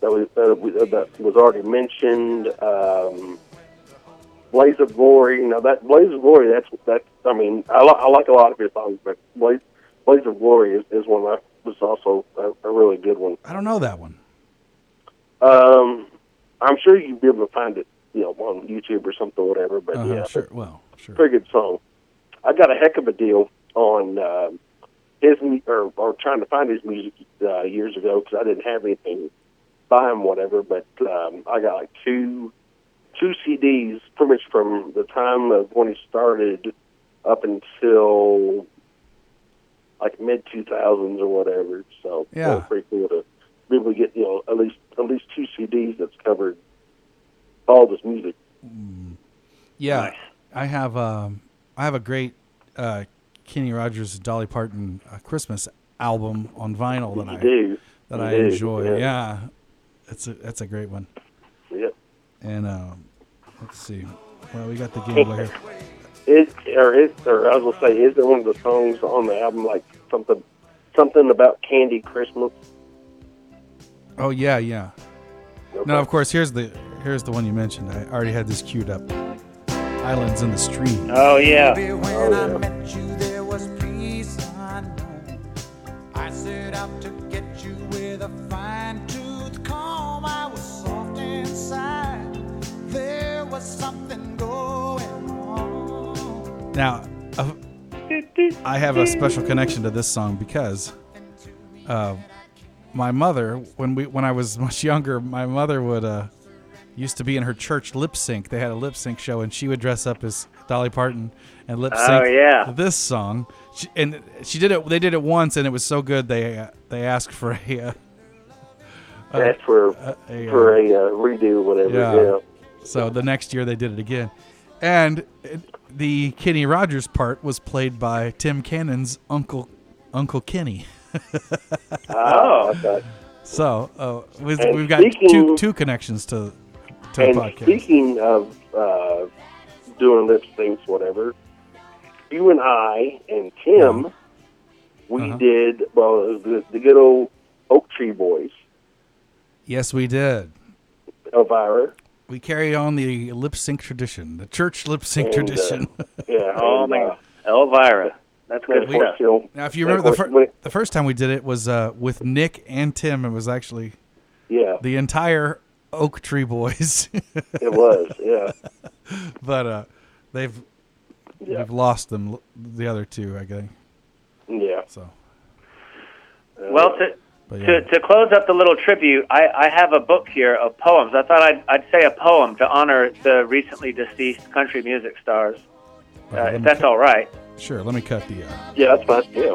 that was, that was, that was already mentioned. Um, Blaze of Glory, you know, that Blaze of Glory, that's, that's I mean, I, li- I like a lot of his songs, but Blaze, Blaze of Glory is, is one that was also a, a really good one. I don't know that one. Um, I'm sure you'd be able to find it, you know, on YouTube or something, whatever, but Uh-huh, yeah, Sure. Well, sure. pretty good song. I got a heck of a deal on um his mu- or, or trying to find his music uh, years ago because I didn't have anything by him, whatever. But um, I got like two two CDs, pretty much from the time of when he started up until like mid two thousands or whatever. So that Yeah. was pretty cool to be able to get you know at least at least two CDs that's covered all this music. Yeah, Nice. I have um, I have a great uh, Kenny Rogers Dolly Parton uh, Christmas album on vinyl that You I do that You I do, enjoy. Yeah. yeah. that's a that's a great one. Yep. And um, let's see, well we got the gambler. here. Is or is or I was gonna say, is there one of the songs on the album like something something about candy Christmas? Oh yeah, yeah. Okay. No, of course here's the here's the one you mentioned. I already had this queued up. Islands in the stream. Oh yeah. Baby, when I met you, there was peace unknown. I set out to get you with a fine tooth comb. I was soft inside. There was something going on. Now, uh, I have a special connection to this song because uh, my mother, when we when I was much younger, my mother would uh, used to be in her church lip sync. They had a lip sync show, and she would dress up as Dolly Parton and lip sync Oh, yeah. this song. She, and she did it. They did it once, and it was so good they uh, they asked for a. Uh, That's for a- a, uh, for a uh, redo, whatever. Yeah. Yeah. So the next year they did it again, and it, the Kenny Rogers part was played by Tim Cannon's uncle, Uncle Kenny. Oh. Okay. So uh, we've, And we've got two speaking- two connections to to And the podcast. speaking of uh, doing lip syncs, whatever, you and I and Tim, we Uh-huh. did well it was the, the good old Oak Tree Boys, yes, we did. Elvira. We carried on the lip sync tradition, the church lip And, sync uh, tradition. Yeah. Oh and, my uh, God. Elvira. That's and good of course, stuff. you know, now, if you and of remember the, course, fir- when- the first time we did it was uh, with Nick and Tim. It was actually yeah, the entire Oak Tree Boys, it was. Yeah. but uh, they've Yeah. we've lost them. The other two, I think. Yeah. So, Well, to, but yeah. to to close up the little tribute, I, I have a book here of poems. I thought I'd I'd say a poem to honor the recently deceased country music stars. Okay, Uh, let if me that's cut- all right. Sure. Let me cut the. Uh, Yeah, that's fine. Yeah.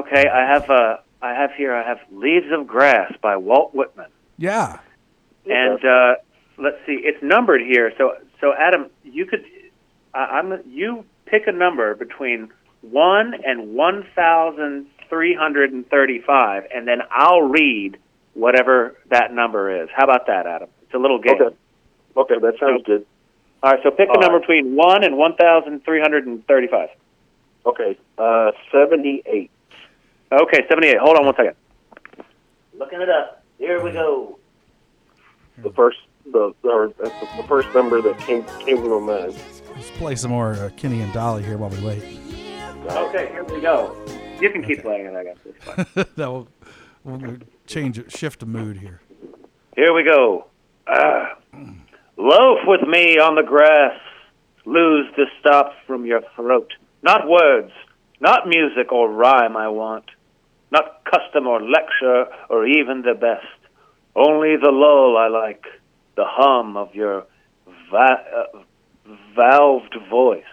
Okay, I have uh, I have here I have Leaves of Grass by Walt Whitman. yeah. And uh, let's see, it's numbered here. So, so Adam, you could, I, I'm, you pick a number between one and one thousand three hundred and thirty-five, and then I'll read whatever that number is. How about that, Adam? It's a little game. Okay. Okay, that sounds good. All right. So pick a All number right. between one and one thousand three hundred and thirty-five. Okay, uh, 78. Okay, seventy-eight. Hold on one second. Looking it up. Here we go. The first, the, or that's the, the first number that came came to my mind. Let's play some more uh, Kenny and Dolly here while we wait. Okay, here we go. You can keep playing it, I guess. It's fine. that will we'll change it, shift the mood here. Here we go. Ah. loaf with me on the grass. Lose the stop from your throat. Not words, not music or rhyme I want. Not custom or lecture or even the best. Only the lull I like, the hum of your va- uh, valved voice.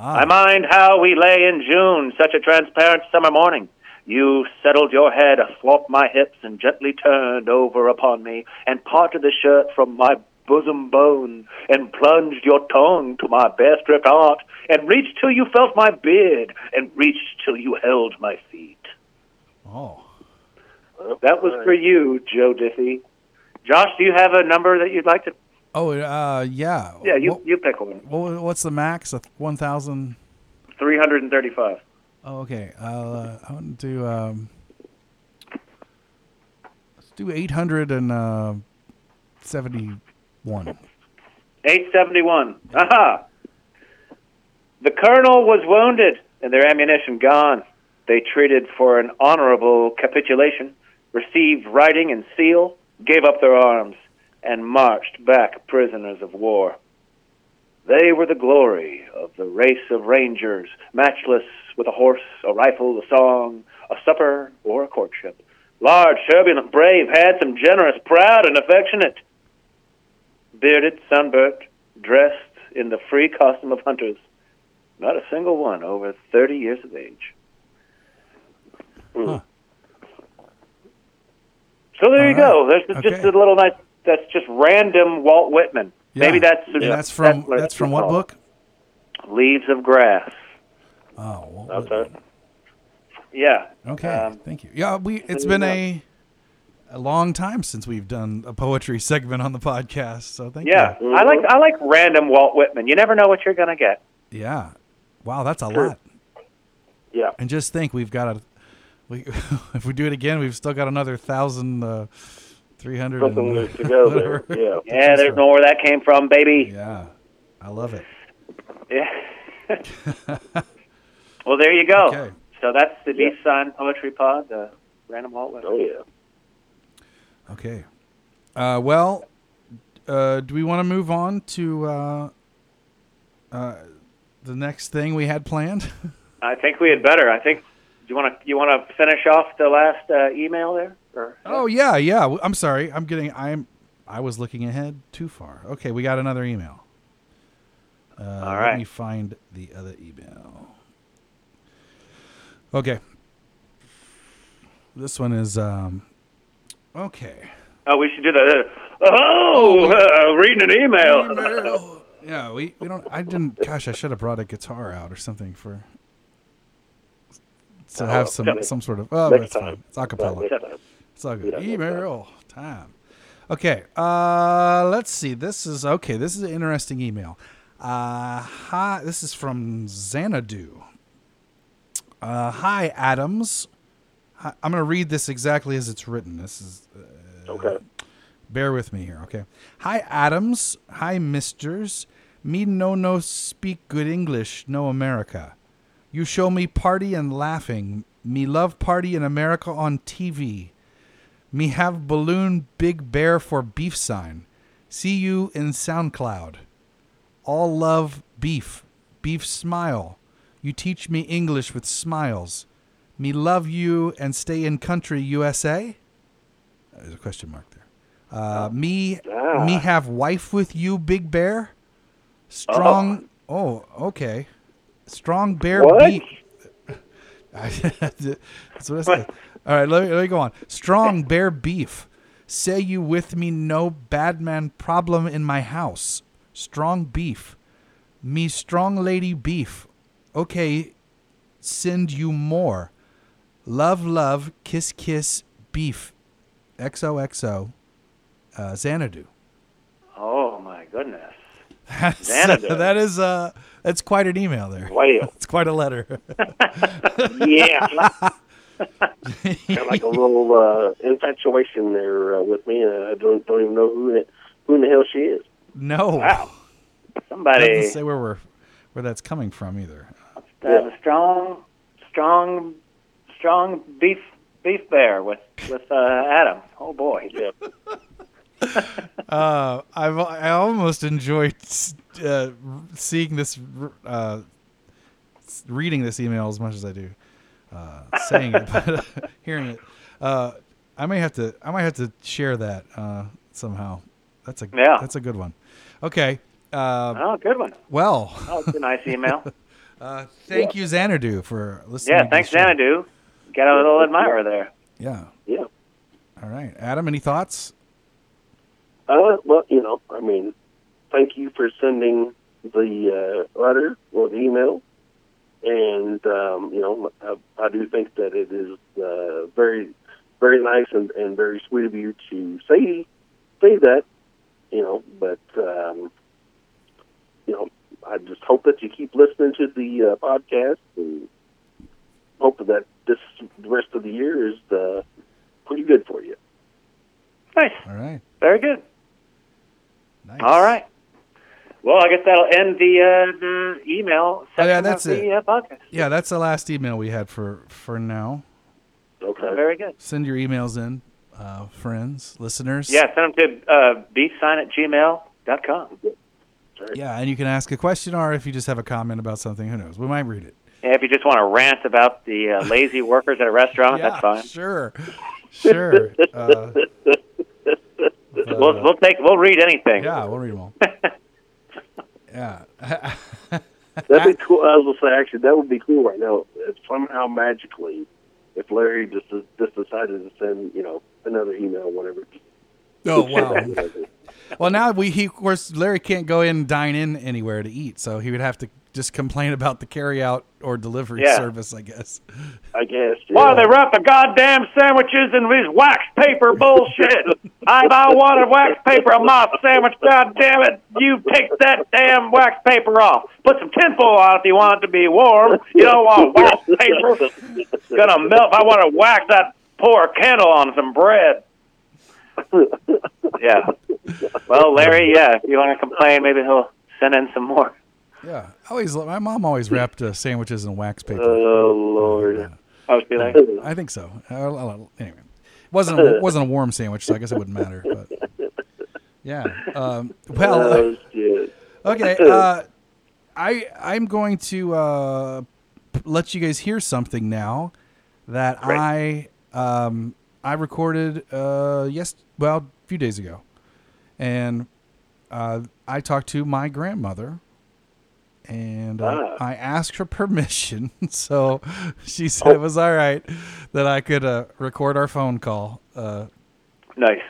Ah, I mind how we lay in June, such a transparent summer morning. You settled your head athwart my hips and gently turned over upon me and parted the shirt from my bosom bone and plunged your tongue to my bare stripped heart and reached till you felt my beard and reached till you held my feet. Oh, That was for you, Joe Diffie. Josh, do you have a number that you'd like to? oh, uh, yeah. Yeah, you What, you pick one. what- what's the max? A one thousand. Three hundred and thirty-five. Oh, okay. I'll uh, I want to do um. Let's do eight hundred and uh, seventy-one. 871. Aha! The colonel was wounded and their ammunition gone. They treated for an honorable capitulation, received writing and seal, gave up their arms, and marched back prisoners of war. They were the glory of the race of rangers, matchless with a horse, a rifle, a song, a supper, or a courtship. Large, turbulent, brave, handsome, generous, proud, and affectionate bearded, sunburnt, dressed in the free costume of hunters. Not a single one over 30 years of age. Mm. Huh. So there All you go. There's the- just Okay. a little nice. That's just random Walt Whitman. Maybe that's and that's from where that's, it's from what called. book? Leaves of Grass. Oh, Walt That's Whitman. it. Yeah. Okay, Um, thank you. Yeah, we it's there you been a a long time since we've done a poetry segment on the podcast. So thank Yeah. you. I like I like random Walt Whitman. You never know what you're gonna get. Yeah. Wow, that's a lot. Yeah. And just think, we've got a we if we do it again, we've still got another thousand uh, three hundred and- Something to go there. whatever. Yeah. Yeah, there's no where that came from, baby. Yeah, I love it. Yeah. well, there you go. Okay. So that's the yeah. Nissan Poetry Pod, the Random Walt Whitman. Oh yeah. Okay. Uh, well, uh, do we want to move on to uh, uh, the next thing we had planned? I think we had better. I think you want to you want to finish off the last uh, email there. Or, Oh yeah, yeah. W- I'm sorry. I'm getting. I'm. I was looking ahead too far. Okay, we got another email. Uh, All Let right. me find the other email. Okay. This one is um. Okay. Oh, we should do that. Oh, uh, reading an email. yeah, we, we don't. I didn't. Gosh, I should have brought a guitar out or something for. To have some Oh, okay. some sort of oh, Next that's fine. time. It's acapella. Next time. It's all Yeah, good. that's Email Oh, time. Okay. Uh, let's see. This is okay. This is an interesting email. Uh, hi. This is from Xanadu. Uh, hi, Adams. Hi, I'm going to read this exactly as it's written. This is uh, Okay. bear with me here, okay? Hi, Adams. Hi, Misters. Me no no speak good English, no America. You show me party and laughing. Me love party in America on TV. Me have balloon big bear for beef sign. See you in SoundCloud. All love beef. Beef smile. You teach me English with smiles. Me love you and stay in country USA. There's a question mark there. Uh, me me have wife with you, Big Bear. Strong. Oh, okay. Strong bear beef. That's what I said. All right, let me, let me go on. Strong bear beef. Say you with me, no bad man problem in my house. Strong beef. Me strong lady beef. Okay, send you more. Love, love, kiss, kiss, beef. XOXO, uh, Xanadu. Oh my goodness. That's- Xanadu. that is uh, that's quite an email there. Wow. It's quite a letter. Yeah. Got like a little uh, infatuation there uh, with me, and I don't don't even know who it, who in the hell she is. No. Wow. Doesn't Somebody say where we're where that's coming from either. has a strong, strong, strong beef beef bear with with uh, Adam. Oh boy. Yeah. Uh, I've I almost enjoyed s- uh, seeing this, uh, s- reading this email as much as I do uh, saying it, but hearing it. Uh, I may have to I might have to share that uh, somehow. That's a Yeah. That's a good one. Okay. Uh, Oh, good one. well, Oh, it's a nice email. uh, thank you Xanadu for listening. yeah, to thanks, the show. Xanadu. Got a little admirer there. Yeah. Yeah. All right, Adam. Any thoughts? Uh, well, you know, I mean, thank you for sending the uh, letter or the email, and um, you know, I, I do think that it is uh, very, very nice and, and very sweet of you to say say that, you know. But um, you know, I just hope that you keep listening to the uh, podcast and hope that this the rest of the year is uh, pretty good for you. Nice. All right. Very good. Nice. All right. Well, I guess that'll end the uh, the email Oh, section yeah, that's of the it. Uh, podcast. Yeah, that's the last email we had for for now. Okay. Very good. send your emails in, uh, friends, listeners. Yeah, send them to uh, beefsign at gmail dot com. Yeah, and you can ask a question or if you just have a comment about something, who knows? We might read it. And if you just want to rant about the uh, lazy workers at a restaurant, Oh, that's fine. Sure. Sure. Uh, but, uh, We'll, we'll take we'll read anything. yeah, we'll read them all. yeah. That'd be cool. I was gonna say actually, that would be cool right now. If somehow magically, if Larry just just decided to send you know another email, or whatever. Oh, wow. Well, now we, he, of course, Larry can't go in and dine in anywhere to eat, so he would have to just complain about the carry out or delivery Yeah. service, I guess. I guess. Yeah. Why they wrap the goddamn sandwiches in this wax paper bullshit? I, I wanted wax paper on my sandwich. God damn it! You take that damn wax paper off. Put some tinfoil on if you want it to be warm. You don't want wax paper. It's gonna melt. I want to whack that poor candle on some bread. Yeah. Well, Larry, yeah. If you want to complain, maybe he'll send in some more. Yeah. I always, lo- my mom always wrapped uh, sandwiches in wax paper. Oh Lord. Oh, see there. I think so. I- I- I- Anyway, wasn't a, wasn't a warm sandwich, so I guess it wouldn't matter. But yeah, um, well, Oh shit. okay. Uh, I I'm going to uh, p- let you guys hear something now that I um, I recorded uh, yes well a few days ago, and uh, I talked to my grandmother. And uh, I asked her permission, so she said it was all right that I could uh, record our phone call uh, Nice.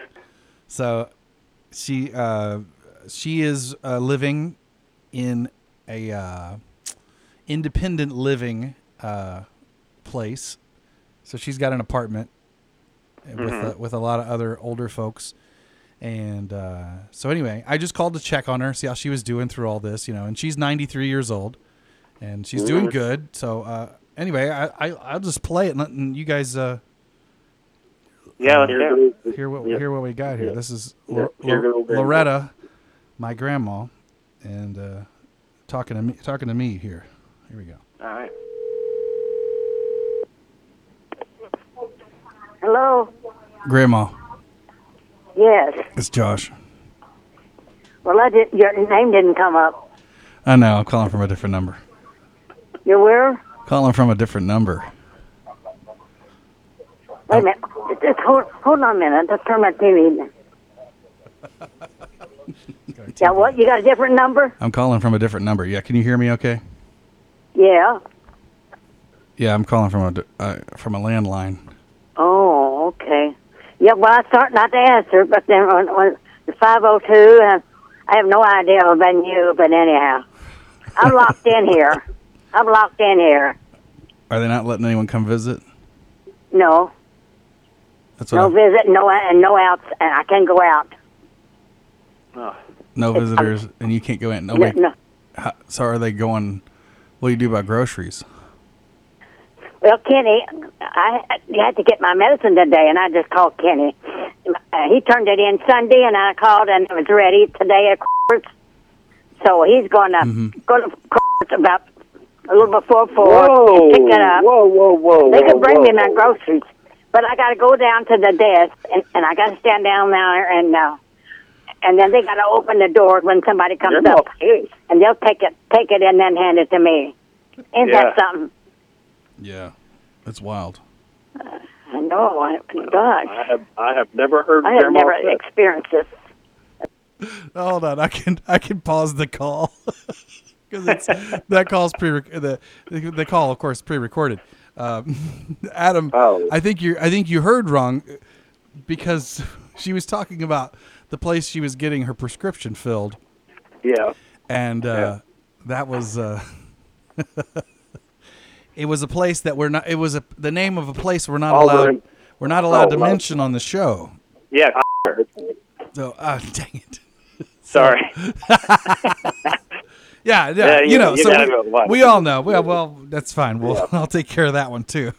so she uh, she is uh, living in a uh, independent living uh, place. So she's got an apartment with uh, with a lot of other older folks. And uh, so anyway, I just called to check on her, see how she was doing through all this, you know. And she's 93 years old, and she's doing good. So uh, anyway, I, I I'll just play it and let and you guys uh, Yeah, let's Here hear. it. goes the- hear what yeah. hear what we got here. This is Yeah. Lo- Here Lo- go grandma. Loretta, my grandma, and uh, talking to me talking to me here. Here we go. All right. Hello. Grandma, Yes. it's Josh. Well, I did. Your name didn't come up. I know I'm calling from a different number. You're where? Calling from a different number. Wait a minute. Just- Just hold, hold on a minute. Just turn my TV. down. Yeah. What? You got a different number? I'm calling from a different number. Yeah, can you hear me? Okay. Yeah. Yeah, I'm calling from a di- uh, from a landline. Oh, okay. Yeah. Well, I start not to answer, but then on, on the five oh two, and I have no idea if I knew. But anyhow, I'm locked in here. I'm locked in here. Are they not letting anyone come visit? No, That's what no I'm- visit, no and no outs, and I can't go out. no visitors, and you can't go in. No, Nobody. no. How, so are they going? What do you do about groceries? Well, Kenny, I I had to get my medicine today, and I just called Kenny. Uh, he turned it in Sunday, and I called, and it was ready today. Of course, so he's going to Mm-hmm. going to course about a little before four. Whoa, and pick it up. whoa, whoa, whoa, They whoa, could bring whoa, me my whoa. groceries, but I got to go down to the desk, and, and I got to stand down there, and uh, and then they got to open the door when somebody comes You're up, and they'll take it take it and then hand it to me. Isn't that Yeah. something? Yeah, that's wild. I know. I, gosh. I have I have never heard I have grandma never said. experienced this. Hold on, I can I can pause the call because that call's pre the the call of course pre-recorded. Um, Adam, I think you I think you heard wrong because she was talking about the place she was getting her prescription filled, Yeah. and uh, that was uh, it was a place that we're not. It was a the name of a place we're not All allowed. right. We're not allowed Oh, to well. mention on the show. Yeah. So, uh, dang it. Sorry. yeah, yeah, Yeah, you, you- know, you so gotta we, go with one. we all know. Well, well, that's fine. We'll, I'll take care of that one too.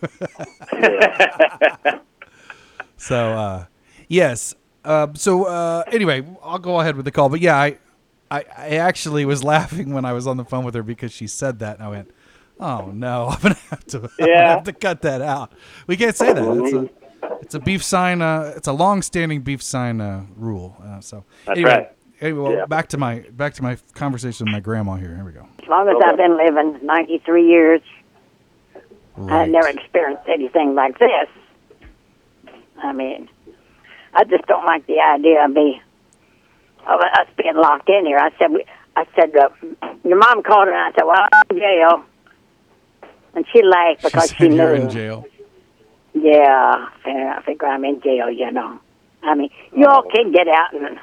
so, uh, yes. Uh, so, uh, anyway, I'll go ahead with the call. But yeah, I, I, I actually was laughing when I was on the phone with her because she said that, and I went, "Oh no, I'm gonna have to, I'm gonna Yeah. have to cut that out. We can't say that. It's a, it's a beef sign. Uh, it's a long-standing beef sign uh, rule. Uh, so, That's anyway, right. anyway, well, Yeah. back to my back to my conversation with my grandma here. Here we go. As long as I've been living 93 years, I've never experienced anything like this. I mean, I just don't like the idea of me, of us being locked in here. I said, we, I said, uh, your mom called and I said, well, I'm in jail. And she laughed because she, said knew. you're in jail. Yeah, and I figure I'm in jail, you know. I mean, you all Oh. can get out and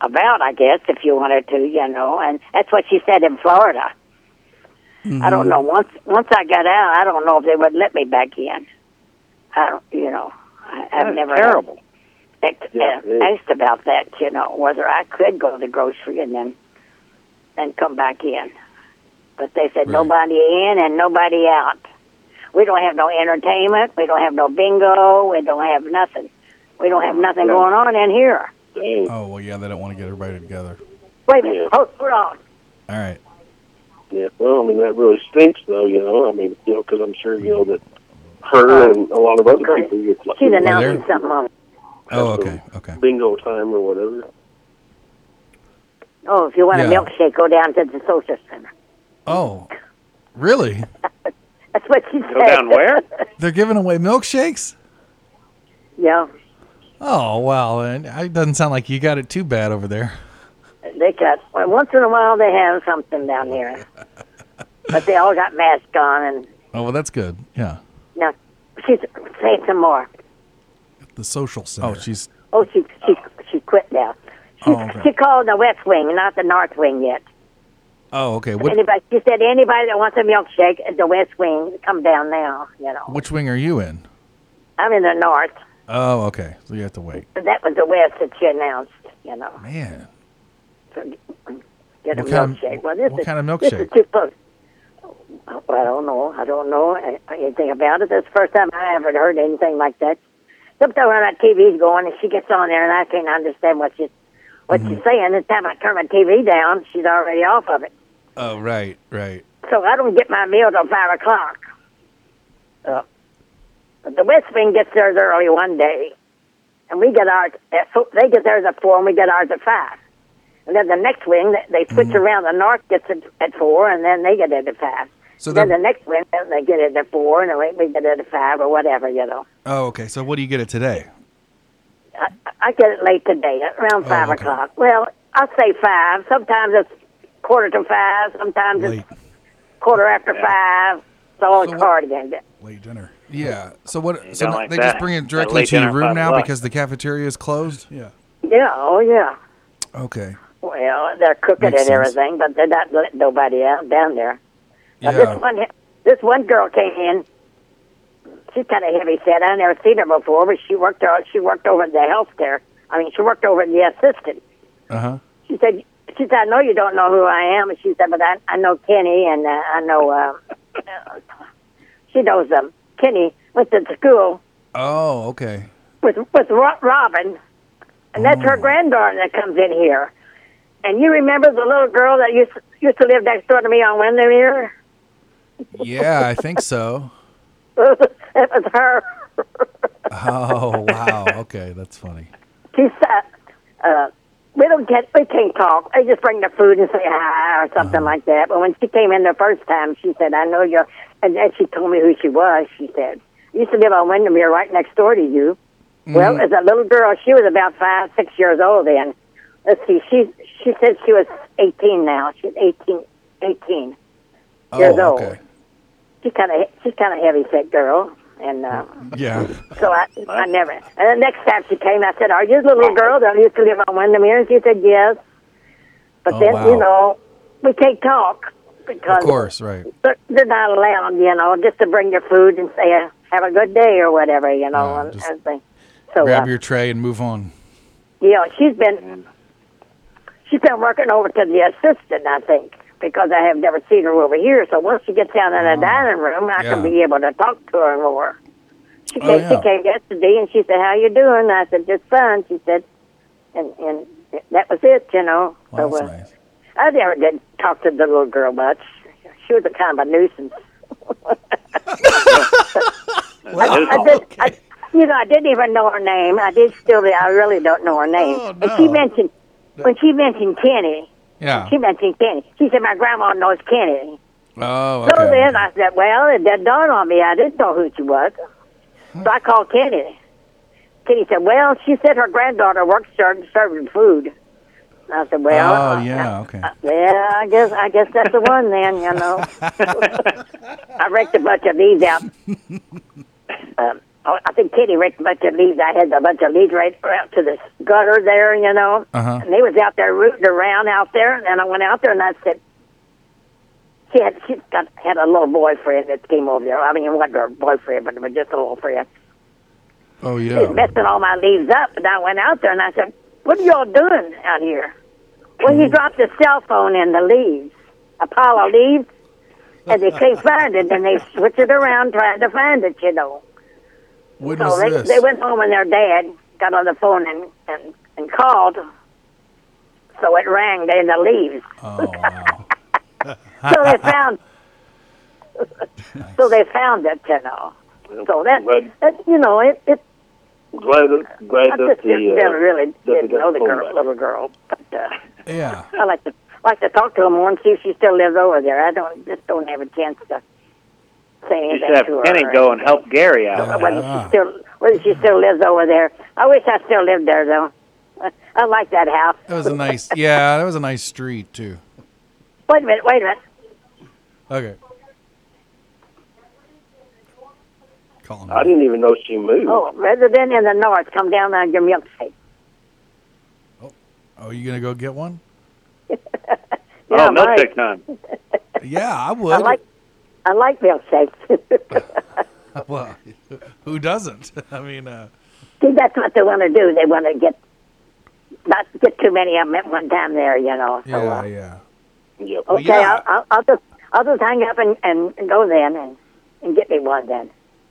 about, I guess, if you wanted to, you know. And that's what she said in Florida. I Mm-hmm. don't know. Once once I got out, I don't know if they would let me back in. I don't, you know. I, I've That's never terrible. Asked, Yeah, it is. asked about that, you know, whether I could go to the grocery and then then come back in. But they said nobody in and nobody out. We don't have no entertainment. We don't have no bingo. We don't have nothing. We don't Oh, have nothing Yeah. going on in here. Oh well, yeah, they don't want to get everybody together. Wait a minute. Hold, hold on. All right. Yeah, well, I mean that really stinks, though. You know, I mean, you know, because I'm sure you know that Uh, her and a lot of other people get like She's announcing something on. Oh, okay, okay. bingo time or whatever. Oh, if you want a Yeah. milkshake, go down to the social center. Oh, really? That's what she said. They're giving away milkshakes. yeah, Oh wow, and it doesn't sound like you got it too bad over there. they got. well, Once in a while, they have something down here, but they all got masks on. And Oh well, that's good. Yeah, now she's say some more. the social center. Oh, she's Oh, she she she quit now. oh okay. She called the West Wing, not the North Wing yet. Oh okay. What, Anybody, she said anybody that wants a milkshake at the West Wing, come down now. You know, which wing are you in? I'm in the North, Oh okay, so you have to wait. but that was the West that she announced. You know, Man, So get a What kind of- milkshake. well, this what is, kind of This is milkshake? too close. Well, I don't know. I don't know a- anything about it. That's the first time I ever heard anything like that. Sometimes when my TV's going and she gets on there and I can't understand what she's what Mm-hmm. she's saying. The time I turn my TV down, she's already off of it. Oh right, right. So I don't get my meal till five o'clock. Uh, but the West Wing gets theirs early one day, and we get ours. At, fo- they get theirs at four, and we get ours at five. And then the next wing, they- they switch around. The North gets it at four, and then they get it at five. So then they're- the next wing, then they get it at four, and then we we get it at five or whatever, you know. Oh okay. So what do you get it today? I, I get it late today, Oh, around five o'clock. Well, I say five. Sometimes it's quarter to five. Sometimes it's quarter after five. It's all it's hard again. Late dinner. Yeah. So what? So don't now- like they that. just bring it That directly late to your dinner, room five now o'clock. because the cafeteria is closed. Yeah. Yeah. Oh, yeah. Okay. Well, they're cooking Makes and everything, but they're not letting nobody out down there. Now, Yeah. this one, this one girl came in. She's kind of heavy set. I never seen her before, but she worked. o- She worked over the healthcare. I mean, she worked over the assistant. Uh huh. She said, "She said I know you don't know who I am." And she said, "But I, I know Kenny, and uh, I know uh, She knows them. Kenny went to school Oh, okay. with with Ro- Robin, and that's her granddaughter that comes in here. And you remember the little girl that used used to live next door to me on Windermere? Yeah, I think so. it was her. Oh, wow. Okay, that's funny. She said, uh, "We don't get we can't talk. They just bring the food and say hi or something like that." But when she came in the first time, she said, "I know you're," and then she told me who she was. She said, "I "Used to live on Windermere, right next door to you." Mm-hmm. Well, as a little girl, she was about five, six years old then. Let's see, she she said she was 18 now. She's 18, 18 years Oh, old. okay. She's kind of she's kind of heavy set girl, and uh, Yeah. so I I never. And the next time she came, I said, "Are you the little girl that used to live on Windermere?" And she said, "Yes." But Oh, then wow. you know, we can't talk Of because course, right. They're, they're not allowed, you know, just to bring your food and say, uh, "Have a good day" or whatever, you know. Yeah, and, just and thing. so uh, Grab your tray and move on. yeah, she's been she's been working over to the assistant, I think, because I have never seen her over here. So once she gets down in the dining room, I can Oh. Yeah. be able to talk to her more. She Oh, came, yeah. she came yesterday and she said, "How you doing?" I said, "Just fine." She said, and and that was it, you know. Well, so that's uh, nice. I never did talk to the little girl much. She was a kind of a nuisance. I, I did, I, you know, I didn't even know her name. I did still. I really don't know her name. Oh, And she no. mentioned when she mentioned Kenny. Yeah. She mentioned Kenny. She said my grandma knows Kenny. Oh, So okay. then I said, well, it that dawned on me. I didn't know who she was. So I called Kenny. Kenny said, well, she said her granddaughter works serving, serving food. I said, well, Oh, uh, yeah, okay. yeah, I guess I guess that's the one then, you know. I raked a bunch of leaves out. Um, I I think Kitty raked a bunch of leaves. I had a bunch of leaves right out to the gutter there, you know. Uh-huh. And they was out there rooting around out there, and then I went out there and I said, she had she got, had a little boyfriend that came over there. I mean, it wasn't her boyfriend, but it was just a little friend. Oh, He was yeah. messing all my leaves up, and I went out there and I said, "What are y'all doing out here?" Well, Mm. he dropped his cell phone in the leaves, a pile of leaves, and they can't find it, and they switch it around trying to find it, you know. When So was they, this? they went home and their dad got on the phone and, and, and called. So it rang in the leaves. Oh, wow. So they found. so they found it, you know. So that, Glad, that you know, it, it glad, that- glad I that just the didn't uh, really that didn't they got know the phone girl, back. little girl, but uh, Yeah. I like to like to talk to her more and see if she still lives over there. I don't just don't have a chance to say You anything should have to her. Kenny or- go and help Gary out. Yeah. Ah. Whether she still whether she still lives over there. I wish I still lived there though. I like that house. That was a nice, yeah, that was a nice street, too. Wait a minute, wait a minute. Okay. Calling. I Um, didn't even know she moved. Oh, resident in the north, come down on your milkshake. Oh, you gonna go get one? Yeah, oh, right. milkshake time. Yeah, I would. I like I like milkshakes. well, who doesn't? I mean, uh, See, that's what they want to do. They want to get not get too many of them at one time there, you know. So, yeah, uh, yeah. Yep. Okay, yeah. I'll, I'll, I'll just I'll just hang up and, and go then and, and get me one then.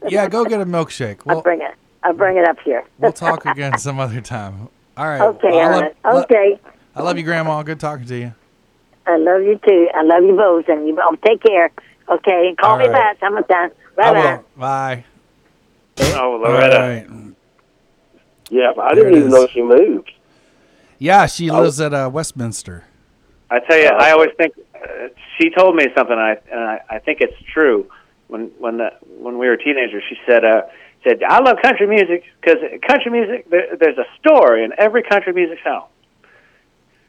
Yeah, go get a milkshake. I'll We'll, bring it. I'll bring it up here. we'll talk again some other time. All right. Okay, Well, I, all love, right. okay. I love you, Grandma. Good talking to you. I love you too. I love you both, and you both take care. Okay, and call All me right. back sometime. Bye I bye. will. Bye. Oh, Loretta. All right. Yeah, but I There didn't it even is. know she moved. Yeah, she lives at uh, Westminster. I tell you, I always think uh, she told me something, I, and I, I think it's true. When when the, when we were teenagers, she said, uh, "said I love country music because country music there, there's a story in every country music song.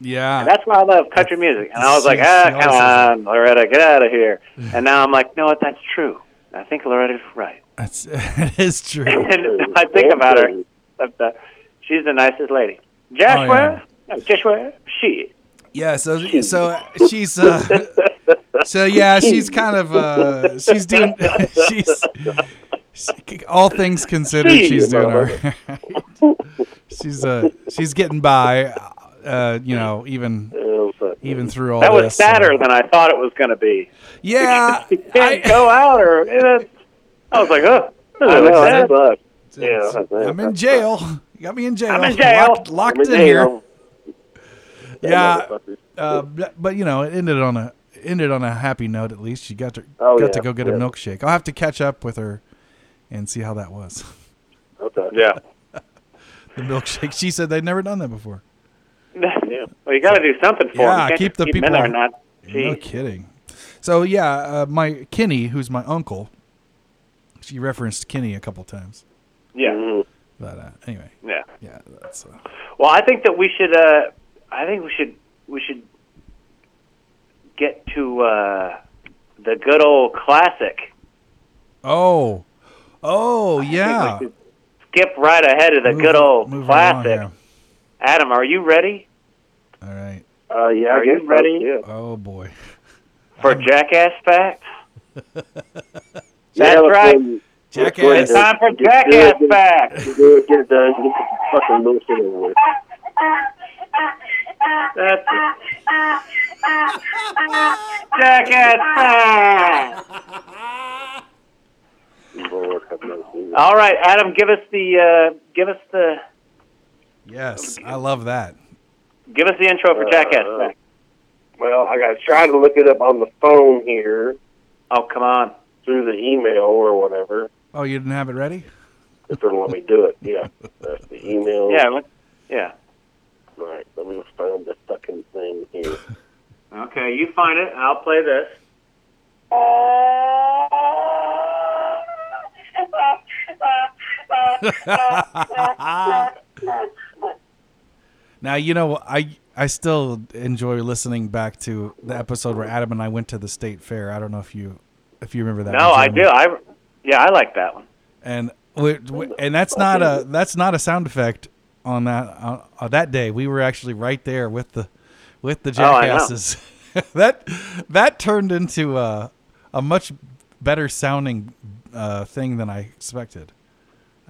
Yeah. And that's why I love country music." And I was like, She- "Ah, she always says come that. on, Loretta, get out of here!" And now I'm like, "No, that's true. I think Loretta's right." That's it is true. And I think about her. But, uh, she's the nicest lady. Joshua, Oh, no, Joshua, she. Yeah, so so she's uh, so yeah, she's kind of uh, she's doing she's she- all things considered, she's doing all right. she's uh she's getting by, uh, you know, even Oh, fuck. even through all That was this, sadder so- than I thought it was going to be. Yeah, You can't I- go out or. I was like, "Oh, huh? I know, That- that sucks. It's- Yeah, I know. I'm in jail. You got me in jail. I'm in jail. Locked, locked I'm in in jail. here. Yeah, motherfuckers. uh, but, but, you know, it ended on a ended on a happy note. At least she got to Oh, got yeah, to go get a yeah. milkshake. I'll have to catch up with her and see how that was. Okay. Yeah. The milkshake. She said they'd never done that before. Well, you got to do something for Yeah, them. You can't keep just the keep 'em in people- there and not. No Gee. kidding. So yeah, uh, my Kenny, who's my uncle, she referenced Kenny a couple times. Yeah, Mhm. But uh, anyway, yeah. yeah, that's uh, Well, I think that we should. Uh, I think we should. We should get to uh, the good old classic. oh, oh yeah. We should skip right ahead of the Move- good old move right along classic. here. Adam, are you ready All right. Uh, yeah, Are I you guess so, ready? Yeah. Oh boy. for Jackass Facts? yeah, let's go right. and- let's go Jackass. ahead It's time for and get- get Jackass it- Facts. Get it get it done. Get the fucking bullshit over with. That's it. Jackass Facts. Lord have mercy. All right, Adam, give us the uh, give us the Yes, I love that. give us the intro for Uh, Jackass Facts. Well, I got to try to look it up on the phone here Oh, come on. through the email or whatever. Oh, you didn't have it ready? If they're gonna let me do it, yeah. That's the email. Yeah, let- yeah. All right, let me find the fucking thing here. Okay, you find it. and I'll play this. Now you know I I still enjoy listening back to the episode where Adam and I went to the state fair. I don't know if you if you remember that. No, one, I Jeremy. do. I yeah, I like that one. and we, we- and that's not a that's not a sound effect on that on, on that day. We were actually right there with the with the Oh, I know. jackasses. that that turned into a a much better sounding uh, thing than I expected.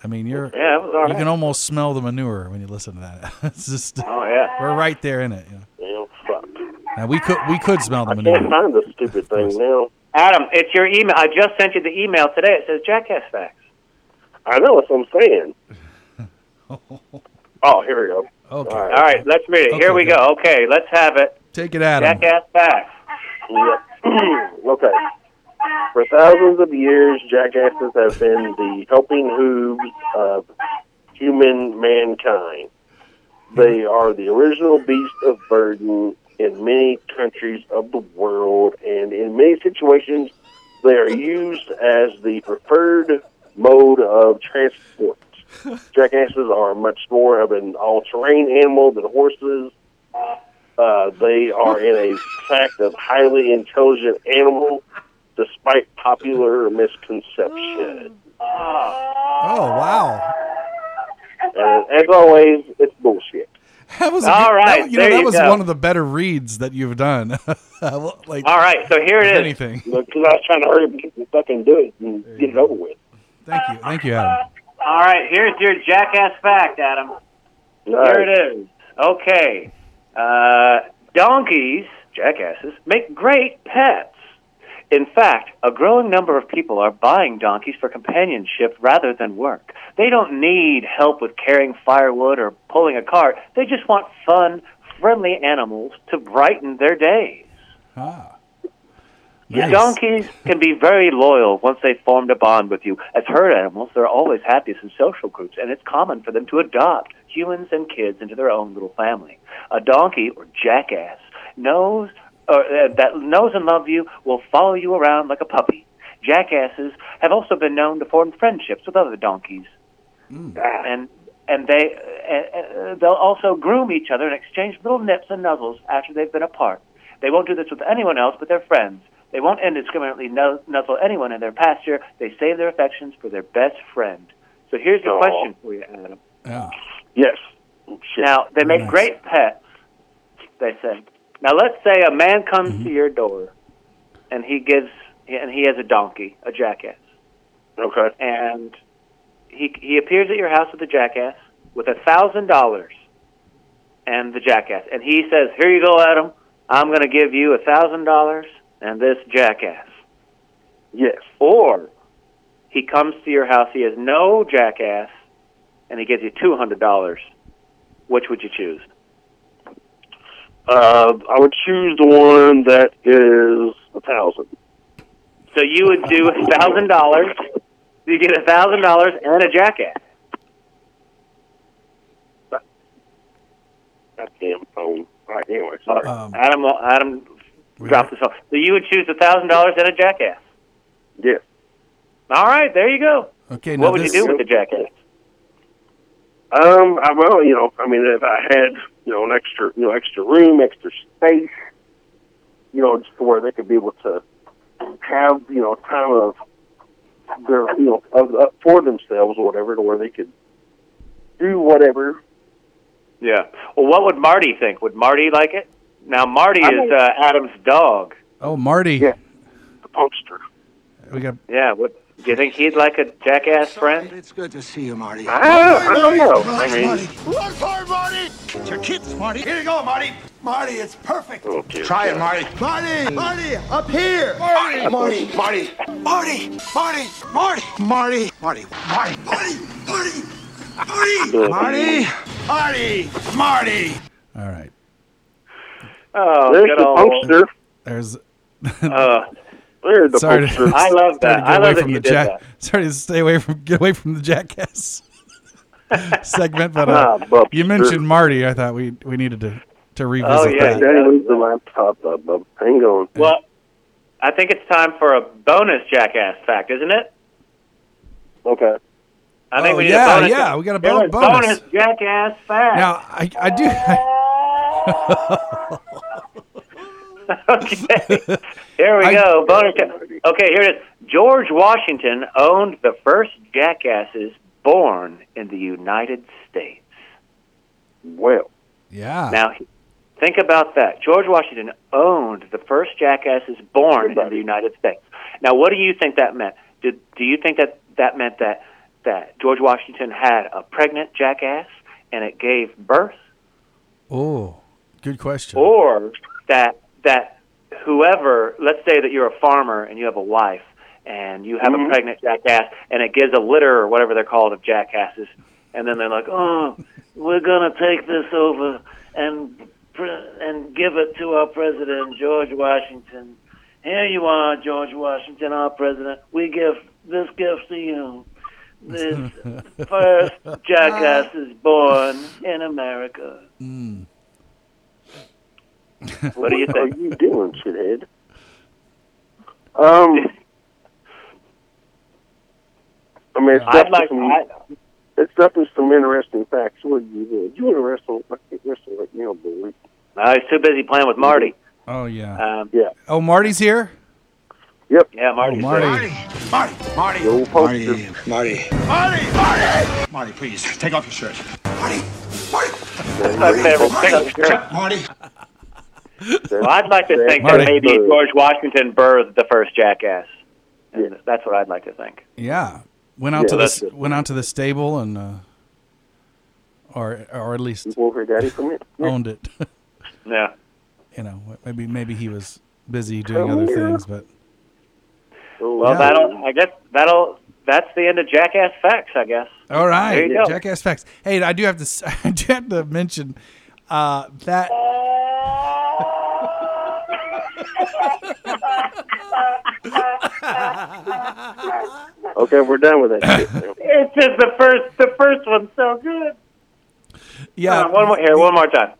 I mean, you're Yeah, it was all you right. can almost smell the manure when you listen to that. it's just oh yeah. we're right there in it. You know? Well, fuck. Now we could we could smell the I can't manure. find this stupid thing now. Adam, it's your email. I just sent you the email today. It says Jackass Facts. I know that's what I'm saying. Oh, here we go. Okay, All right. All right, let's read it. Okay, Here we good. go. Okay, let's have it. take it, Adam. Jackass Facts. Yep. okay. For thousands of years, jackasses have been the helping hooves of human mankind. They are the original beast of burden in many countries of the world, and in many situations, they are used as the preferred mode of transport. Jackasses are much more of an all-terrain animal than horses. Uh, they are in a fact of highly intelligent animal, despite popular misconception. Oh wow, And as always, it's bullshit. that was a All good- right, That, you know, there that you was go. one of the better reads that you've done. like All right, so here it is. anything. Because I was trying to hurry up and get- fucking do it and get it over with. Thank you, thank you, Adam. All right, here's your Jackass Fact, Adam. Here it is. Okay. Uh, donkeys, jackasses, make great pets. In fact, a growing number of people are buying donkeys for companionship rather than work. They don't need help with carrying firewood or pulling a cart. They just want fun, friendly animals to brighten their days. Ah. Your Nice. Donkeys can be very loyal once they've formed a bond with you. As herd animals, they're always happiest in social groups, and it's common for them to adopt humans and kids into their own little family. A donkey or jackass knows or, uh, that knows and loves you will follow you around like a puppy. Jackasses have also been known to form friendships with other donkeys, and and they uh, uh, they'll also groom each other and exchange little nips and nuzzles after they've been apart. They won't do this with anyone else but their friends. They won't indiscriminately nu- nuzzle anyone in their pasture. They save their affections for their best friend. So here's the Aw. question for you, Adam. Yeah. Yes. Now, they make Nice. great pets, they say. Now, let's say a man comes to your door and he gives and he has a donkey, a jackass, Okay. and he he appears at your house with a jackass with a thousand dollars and the jackass, and he says, "Here you go, Adam. I'm going to give you a thousand dollars and this jackass." Yes. Or He comes to your house. He has no jackass, and he gives you two hundred dollars. Which would you choose? Uh, I would choose the one that is a thousand. So you would do a thousand dollars. You get a thousand dollars and a jackass. Goddamn phone. All right, anyway, sorry. Um, Adam, Adam, drop the phone. So you would choose a thousand dollars and a jackass. Yes. All right, there you go. okay. now What would this- you do with the jackass? Um, I well, you know, I mean, if I had you know an extra, you know, extra room, extra space, you know, just to where they could be able to have you know time of their you know of, of, for themselves or whatever, to where they could do whatever. Yeah. Well, what would Marty think? Would Marty like it? Now Marty I is don't- uh, Adam's dog. Oh, Marty. Yeah. The poster. We got Yeah. What? Do you think he'd like a jackass friend? It's good to see you, Marty. I, I don't know. I mean, Run for it, Marty! It's your kids, Marty. Here you go, Marty. Marty, it's perfect. Oh, okay, Try it, yeah. Marty. Marty, Marty, up here. Marty, Marty, Marty, Marty, Marty, Marty, Marty, Marty, Marty, Marty, Marty, Marty, Marty, Marty, Marty. all right. Oh, There's good the old- poster. There's Uh, There's the sorry. poster. To, I sorry to love that. get I away love that from you the did jack. that. Sorry to stay away from get away from the jackass segment, but Ah, uh, bub- you mentioned Marty. I thought we we needed to to revisit Oh, yeah. that. Daddy leaves the laptop up. bub. Hang on. Well, I think it's time for a bonus jackass fact, isn't it? Okay. I think Oh, we need yeah, a bonus. yeah, we got a Give bon- us bonus. jackass fact. Now I I do. okay. Here we I- go. Bonus. Jack- Okay, here it is. George Washington owned the first jackasses born in the United States. Well, yeah. Now, he- think about that. George Washington owned the first jackasses born in the United States. Now, what do you think that meant? Did, do you think that that meant that that George Washington had a pregnant jackass and it gave birth? oh, good question. or that that whoever let's say that you're a farmer and you have a wife and you have a pregnant jackass and it gives a litter or whatever they're called of jackasses and then they're like oh we're going to take this over and pre- and give it to our president George Washington here you are George Washington our president we give this gift to you this first jackass is born in America Hmm. what do you what are think you doing, shithead? Um, I mean, it's I'd definitely, like. some, I, it's definitely some interesting facts. What do you do? You want to wrestle? I can't wrestle right now, boy. no, he's too busy playing with Marty. oh yeah. Um, Oh, Marty's here. yeah, Oh, Marty's Marty. Marty, Marty, The old poster. Marty, Marty, Marty, Marty, Marty, please take off your shirt. Marty, Marty, my favorite thing. Marty. Well, I'd like to think Marty. that maybe George Washington birthed the first jackass. And Yeah. That's what I'd like to think. Yeah, went out Yeah, to that's the went out to the stable and, uh, or or at least You over daddy from it. owned it. Yeah. you know, maybe maybe he was busy doing other things, but Oh, Well, Yeah. that'll. I guess that'll. That's the end of Jackass facts. I guess. All right, There you go. Jackass facts. Hey, I do have to. s- I do have to mention uh, that. Okay, we're done with that shit. now. It's just the first. The first one's so good. Yeah, Uh, one more here. One more time.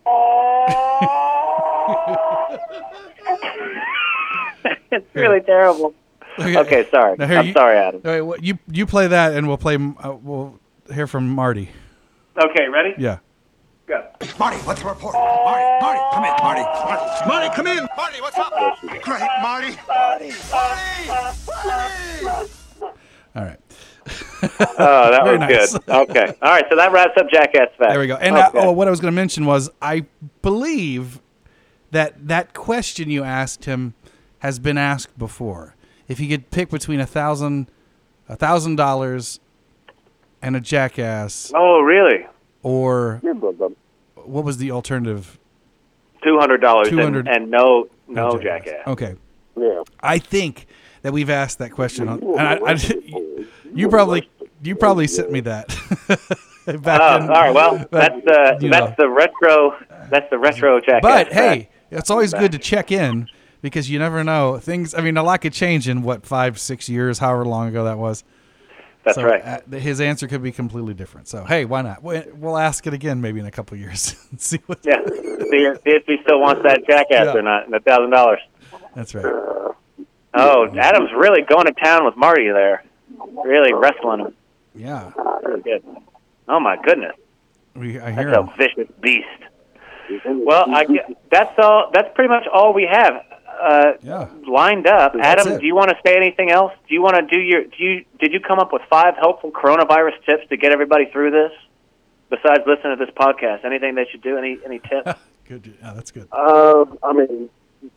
it's really terrible. Okay, sorry. Now, here, I'm you- sorry, Adam. All right, well, you you play that, and we'll play. m- Uh, we'll hear from Marty. Okay, ready? Yeah. Go. Marty, what's the report? Marty, Marty, come in, Marty. Marty, Marty, come in. Marty, what's up? Great, Marty. Marty, Marty, Marty. All right. Oh, that Very was nice. good. Okay. All right. So that wraps up Jackass Facts. There we go. And uh, Okay. oh, what I was going to mention was I believe that that question you asked him has been asked before. If he could pick between a thousand, a thousand dollars, and a jackass, Oh, really? or Yeah, blah, blah. what was the alternative? Two hundred dollars $200. and, and no, no Oh, jackass. Okay, Yeah. I think that we've asked that question, on, and I, I, You probably you probably sent me that. Back Oh, in- all right. Well, back- that's uh, the you know. that's the retro that's the retro jacket. But hey, it's always good to check in because you never know things. I mean, a lot could change in what five, six years, however long ago that was. That's So, right. uh, his answer could be completely different. So hey, why not? We- We'll ask it again maybe in a couple years and see what. yeah. See, see if he still wants that jackass Yeah. or not. And a thousand dollars. That's right. Oh, Adam's really going to town with Marty there. Really wrestling him. Yeah, Really good. Oh my goodness, we I hear that's a him. vicious beast. Well, I gue- that's all. That's pretty much all we have uh, Yeah. lined up. That's Adam, it. do you want to say anything else? Do you want to do your? Do you did you come up with five helpful coronavirus tips to get everybody through this? Besides listening to this podcast, anything they should do? Any any tips? Good. Yeah, that's good. Uh, I mean,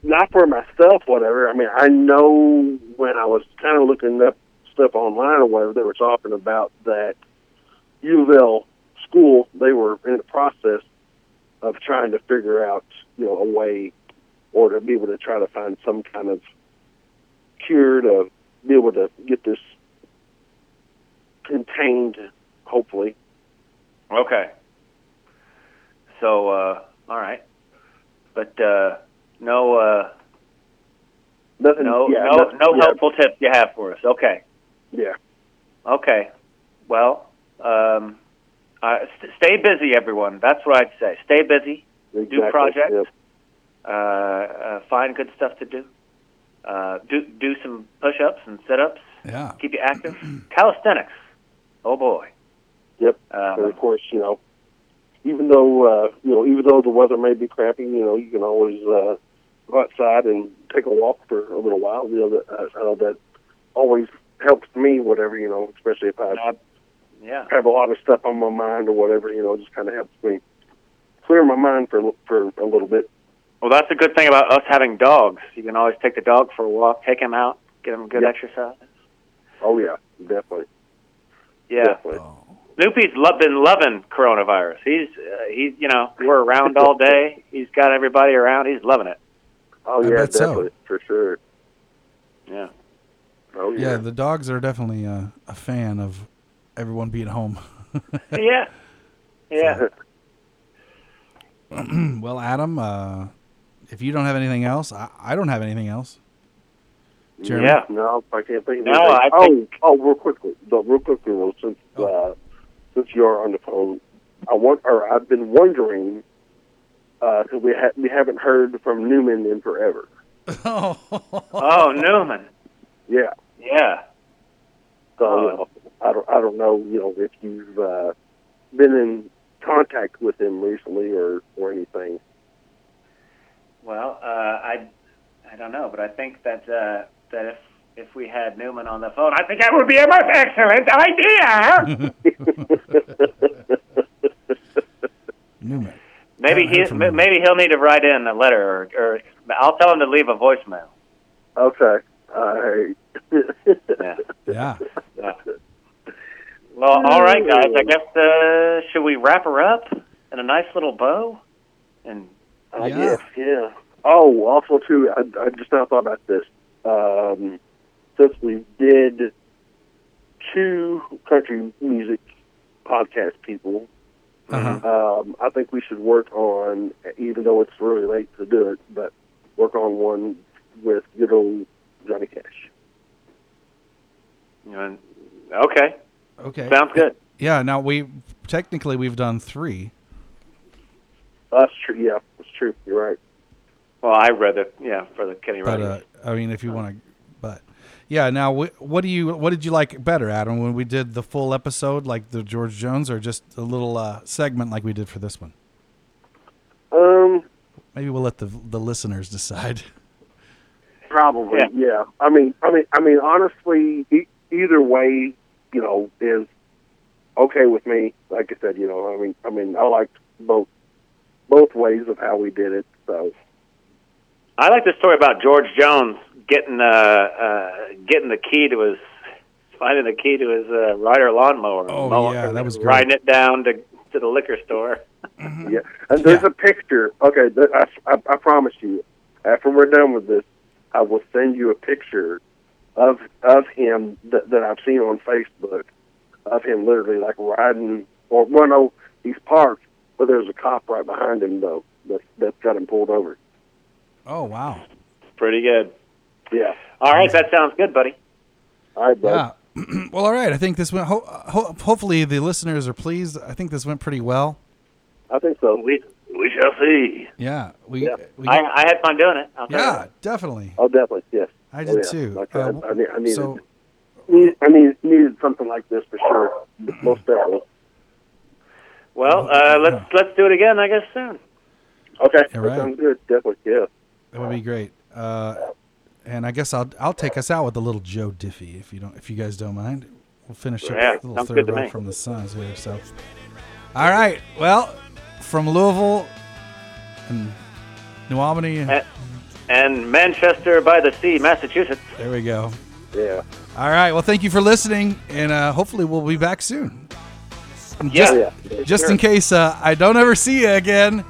not for myself, whatever. I mean, I know when I was kind of looking up stuff online or whatever, they were talking about that U of L school. They were in the process of trying to figure out, you know, a way or to be able to try to find some kind of cure to be able to get this contained, hopefully. Okay. So, uh, all right, but uh, no, uh, Nothing, no, yeah, no, nothing- no yeah, helpful tips you have for us. Okay. Yeah. Okay. Well, um, uh, st- stay busy, everyone. That's what I'd say. Stay busy. Exactly, projects. yep. Uh, uh, find good stuff to do. Uh, do do some push-ups and sit-ups. Yeah. Keep you active. Calisthenics. Oh boy. Yep. Uh, and of course, you know, even though uh, you know, even though the weather may be crappy, you know, you can always uh, go outside and take a walk for a little while. You know, that, uh, I, I know that always helps me. Whatever you know, especially if I yeah. have a lot of stuff on my mind or whatever, you know, it just kind of helps me clear my mind for a li- for a little bit. Well, that's a good thing about us having dogs. You can always take the dog for a walk, take him out, get him good Yeah. exercise. Oh yeah, definitely. Yeah. Definitely. Snoopy's lo- been loving coronavirus. He's uh, he's you know we're around all day. He's got everybody around. He's loving it. Oh I yeah, bet so. definitely for sure. Yeah. Oh Yeah, the dogs are definitely uh, a fan of everyone being home. yeah. Yeah. well, Adam, uh, if you don't have anything else, I, I don't have anything else. Jeremy? Yeah. No, I can't think of No, anything. I Oh. oh, oh, real quickly, no, real quickly, well, since uh, since you are on the phone, I want, or I've been wondering because we ha- we haven't heard from Newman in forever. Oh, Newman. Yeah, Yeah. so Oh. you know, I don't, I don't know, you know, if you've uh, been in contact with him recently or or anything. Well, uh, I I don't know, but I think that uh, that if if we had Newman on the phone, I think that would be a most excellent idea. Newman. maybe Haven't heard he from him. maybe he'll need to write in a letter, or, or I'll tell him to leave a voicemail. Okay, all right. Yeah. Yeah. Yeah. Well, all right, guys. I guess uh, should we wrap her up in a nice little bow? And I Yeah. guess, yeah. Oh, also too, I, I just now thought about this. Um, since we did two country music podcast people, Uh-huh. um, I think we should work on, even though it's really late to do it, but work on one with good old Johnny Cash. you know, okay, Okay. sounds good. Yeah. Now we technically we've done three. That's true. Yeah, that's true. You're right. Well, I read it. Yeah, for the Kenny But Rogers. uh, I mean, if you want to, but yeah. Now, wh- what do you what did you like better, Adam, when we did the full episode, like the George Jones, or just a little uh, segment like we did for this one? Um, Maybe we'll let the the listeners decide. Probably, Yeah. yeah. I mean, I mean, I mean, honestly, e- either way, you know, is okay with me. Like I said, you know, I mean, I mean, I liked both both ways of how we did it. So, I like the story about George Jones getting uh, uh, getting the key to his finding the key to his uh, rider lawnmower. Oh, Mowing- yeah, that was great. riding it down to to the liquor store. yeah. And there's Yeah. a picture. Okay, th- I, I, I promise you, after we're done with this, I will send you a picture of of him that, that I've seen on Facebook of him literally like riding or well no he's parked but there's a cop right behind him though that that's got him pulled over. Oh wow. Pretty good. Yeah. All right, that sounds good, buddy. All right, Yeah. well, all right. I think this went. Ho- ho- hopefully, the listeners are pleased. I think this went pretty well. I think so. We we shall see. Yeah, we. we I, I had fun doing it. I'll tell you yeah, that. definitely. Oh, definitely, yes. I Oh, did yeah. too. Like, Uh, I, I, need- I needed, so- need, I need, needed something like this for sure, most definitely. Well, uh, let's let's do it again, I guess soon. Okay, Yeah, that right. sounds good. Definitely, yeah. That would be great. Uh, and I guess I'll I'll take us out with a little Joe Diffie if you don't if you guys don't mind. We'll finish up Yeah, with a little sounds third good to rock me. from the Suns here. So, all right. Well, from Louisville and New Albany. Eh. And Manchester by the Sea, Massachusetts. There we go. Yeah. All right. Well, thank you for listening, and uh, hopefully we'll be back soon. And Yeah. Just, Yeah. just in case uh, I don't ever see you again.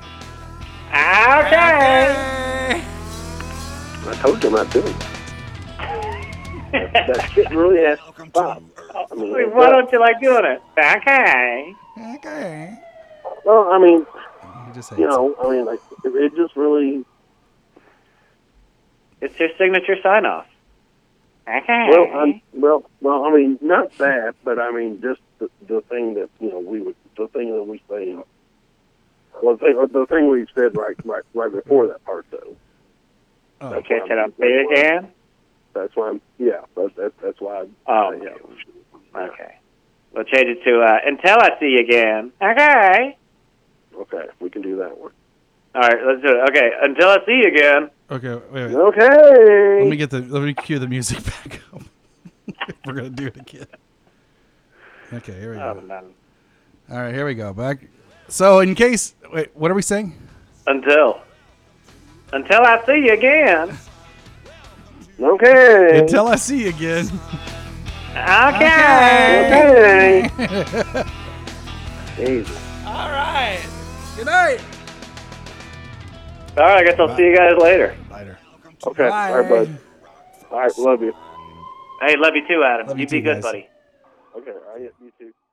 Okay. I told you I'm not doing that. that, that shit really has to stop. I mean, Why don't you like doing it? Okay. Okay. well, I mean, You just hate you know, I mean, like, it, it just really, It's your signature sign off. Okay. well, I'm, well, well, I mean, not that, but I mean, just the, the thing that, you know, we would, the thing that we say, well, the thing, the thing we said right, right, right before that part, though. Oh. That's Can't why you I'm- say it again? That's why I'm, yeah, that's, that's, that's why I'm, Oh, yeah. okay. We'll change it to uh, until I see you again. Okay. Okay, we can do that one. All right, let's do it. Okay, until I see you again. Okay. Wait, wait. Okay. Let me get the let me cue the music back up. We're gonna do it again. Okay, here we Oh, go. no. All right, here we go. Back. So in case wait, what are we saying? Until. Until I see you again. Okay. Until I see you again. Okay. okay. Jesus. All right. Good night. All right, I guess I'll see you guys later. Later. Okay. Bye. All right, bud. All right, love you. Hey, love you too, Adam. Love you you be too, good, guys. buddy. Okay, all right, you too.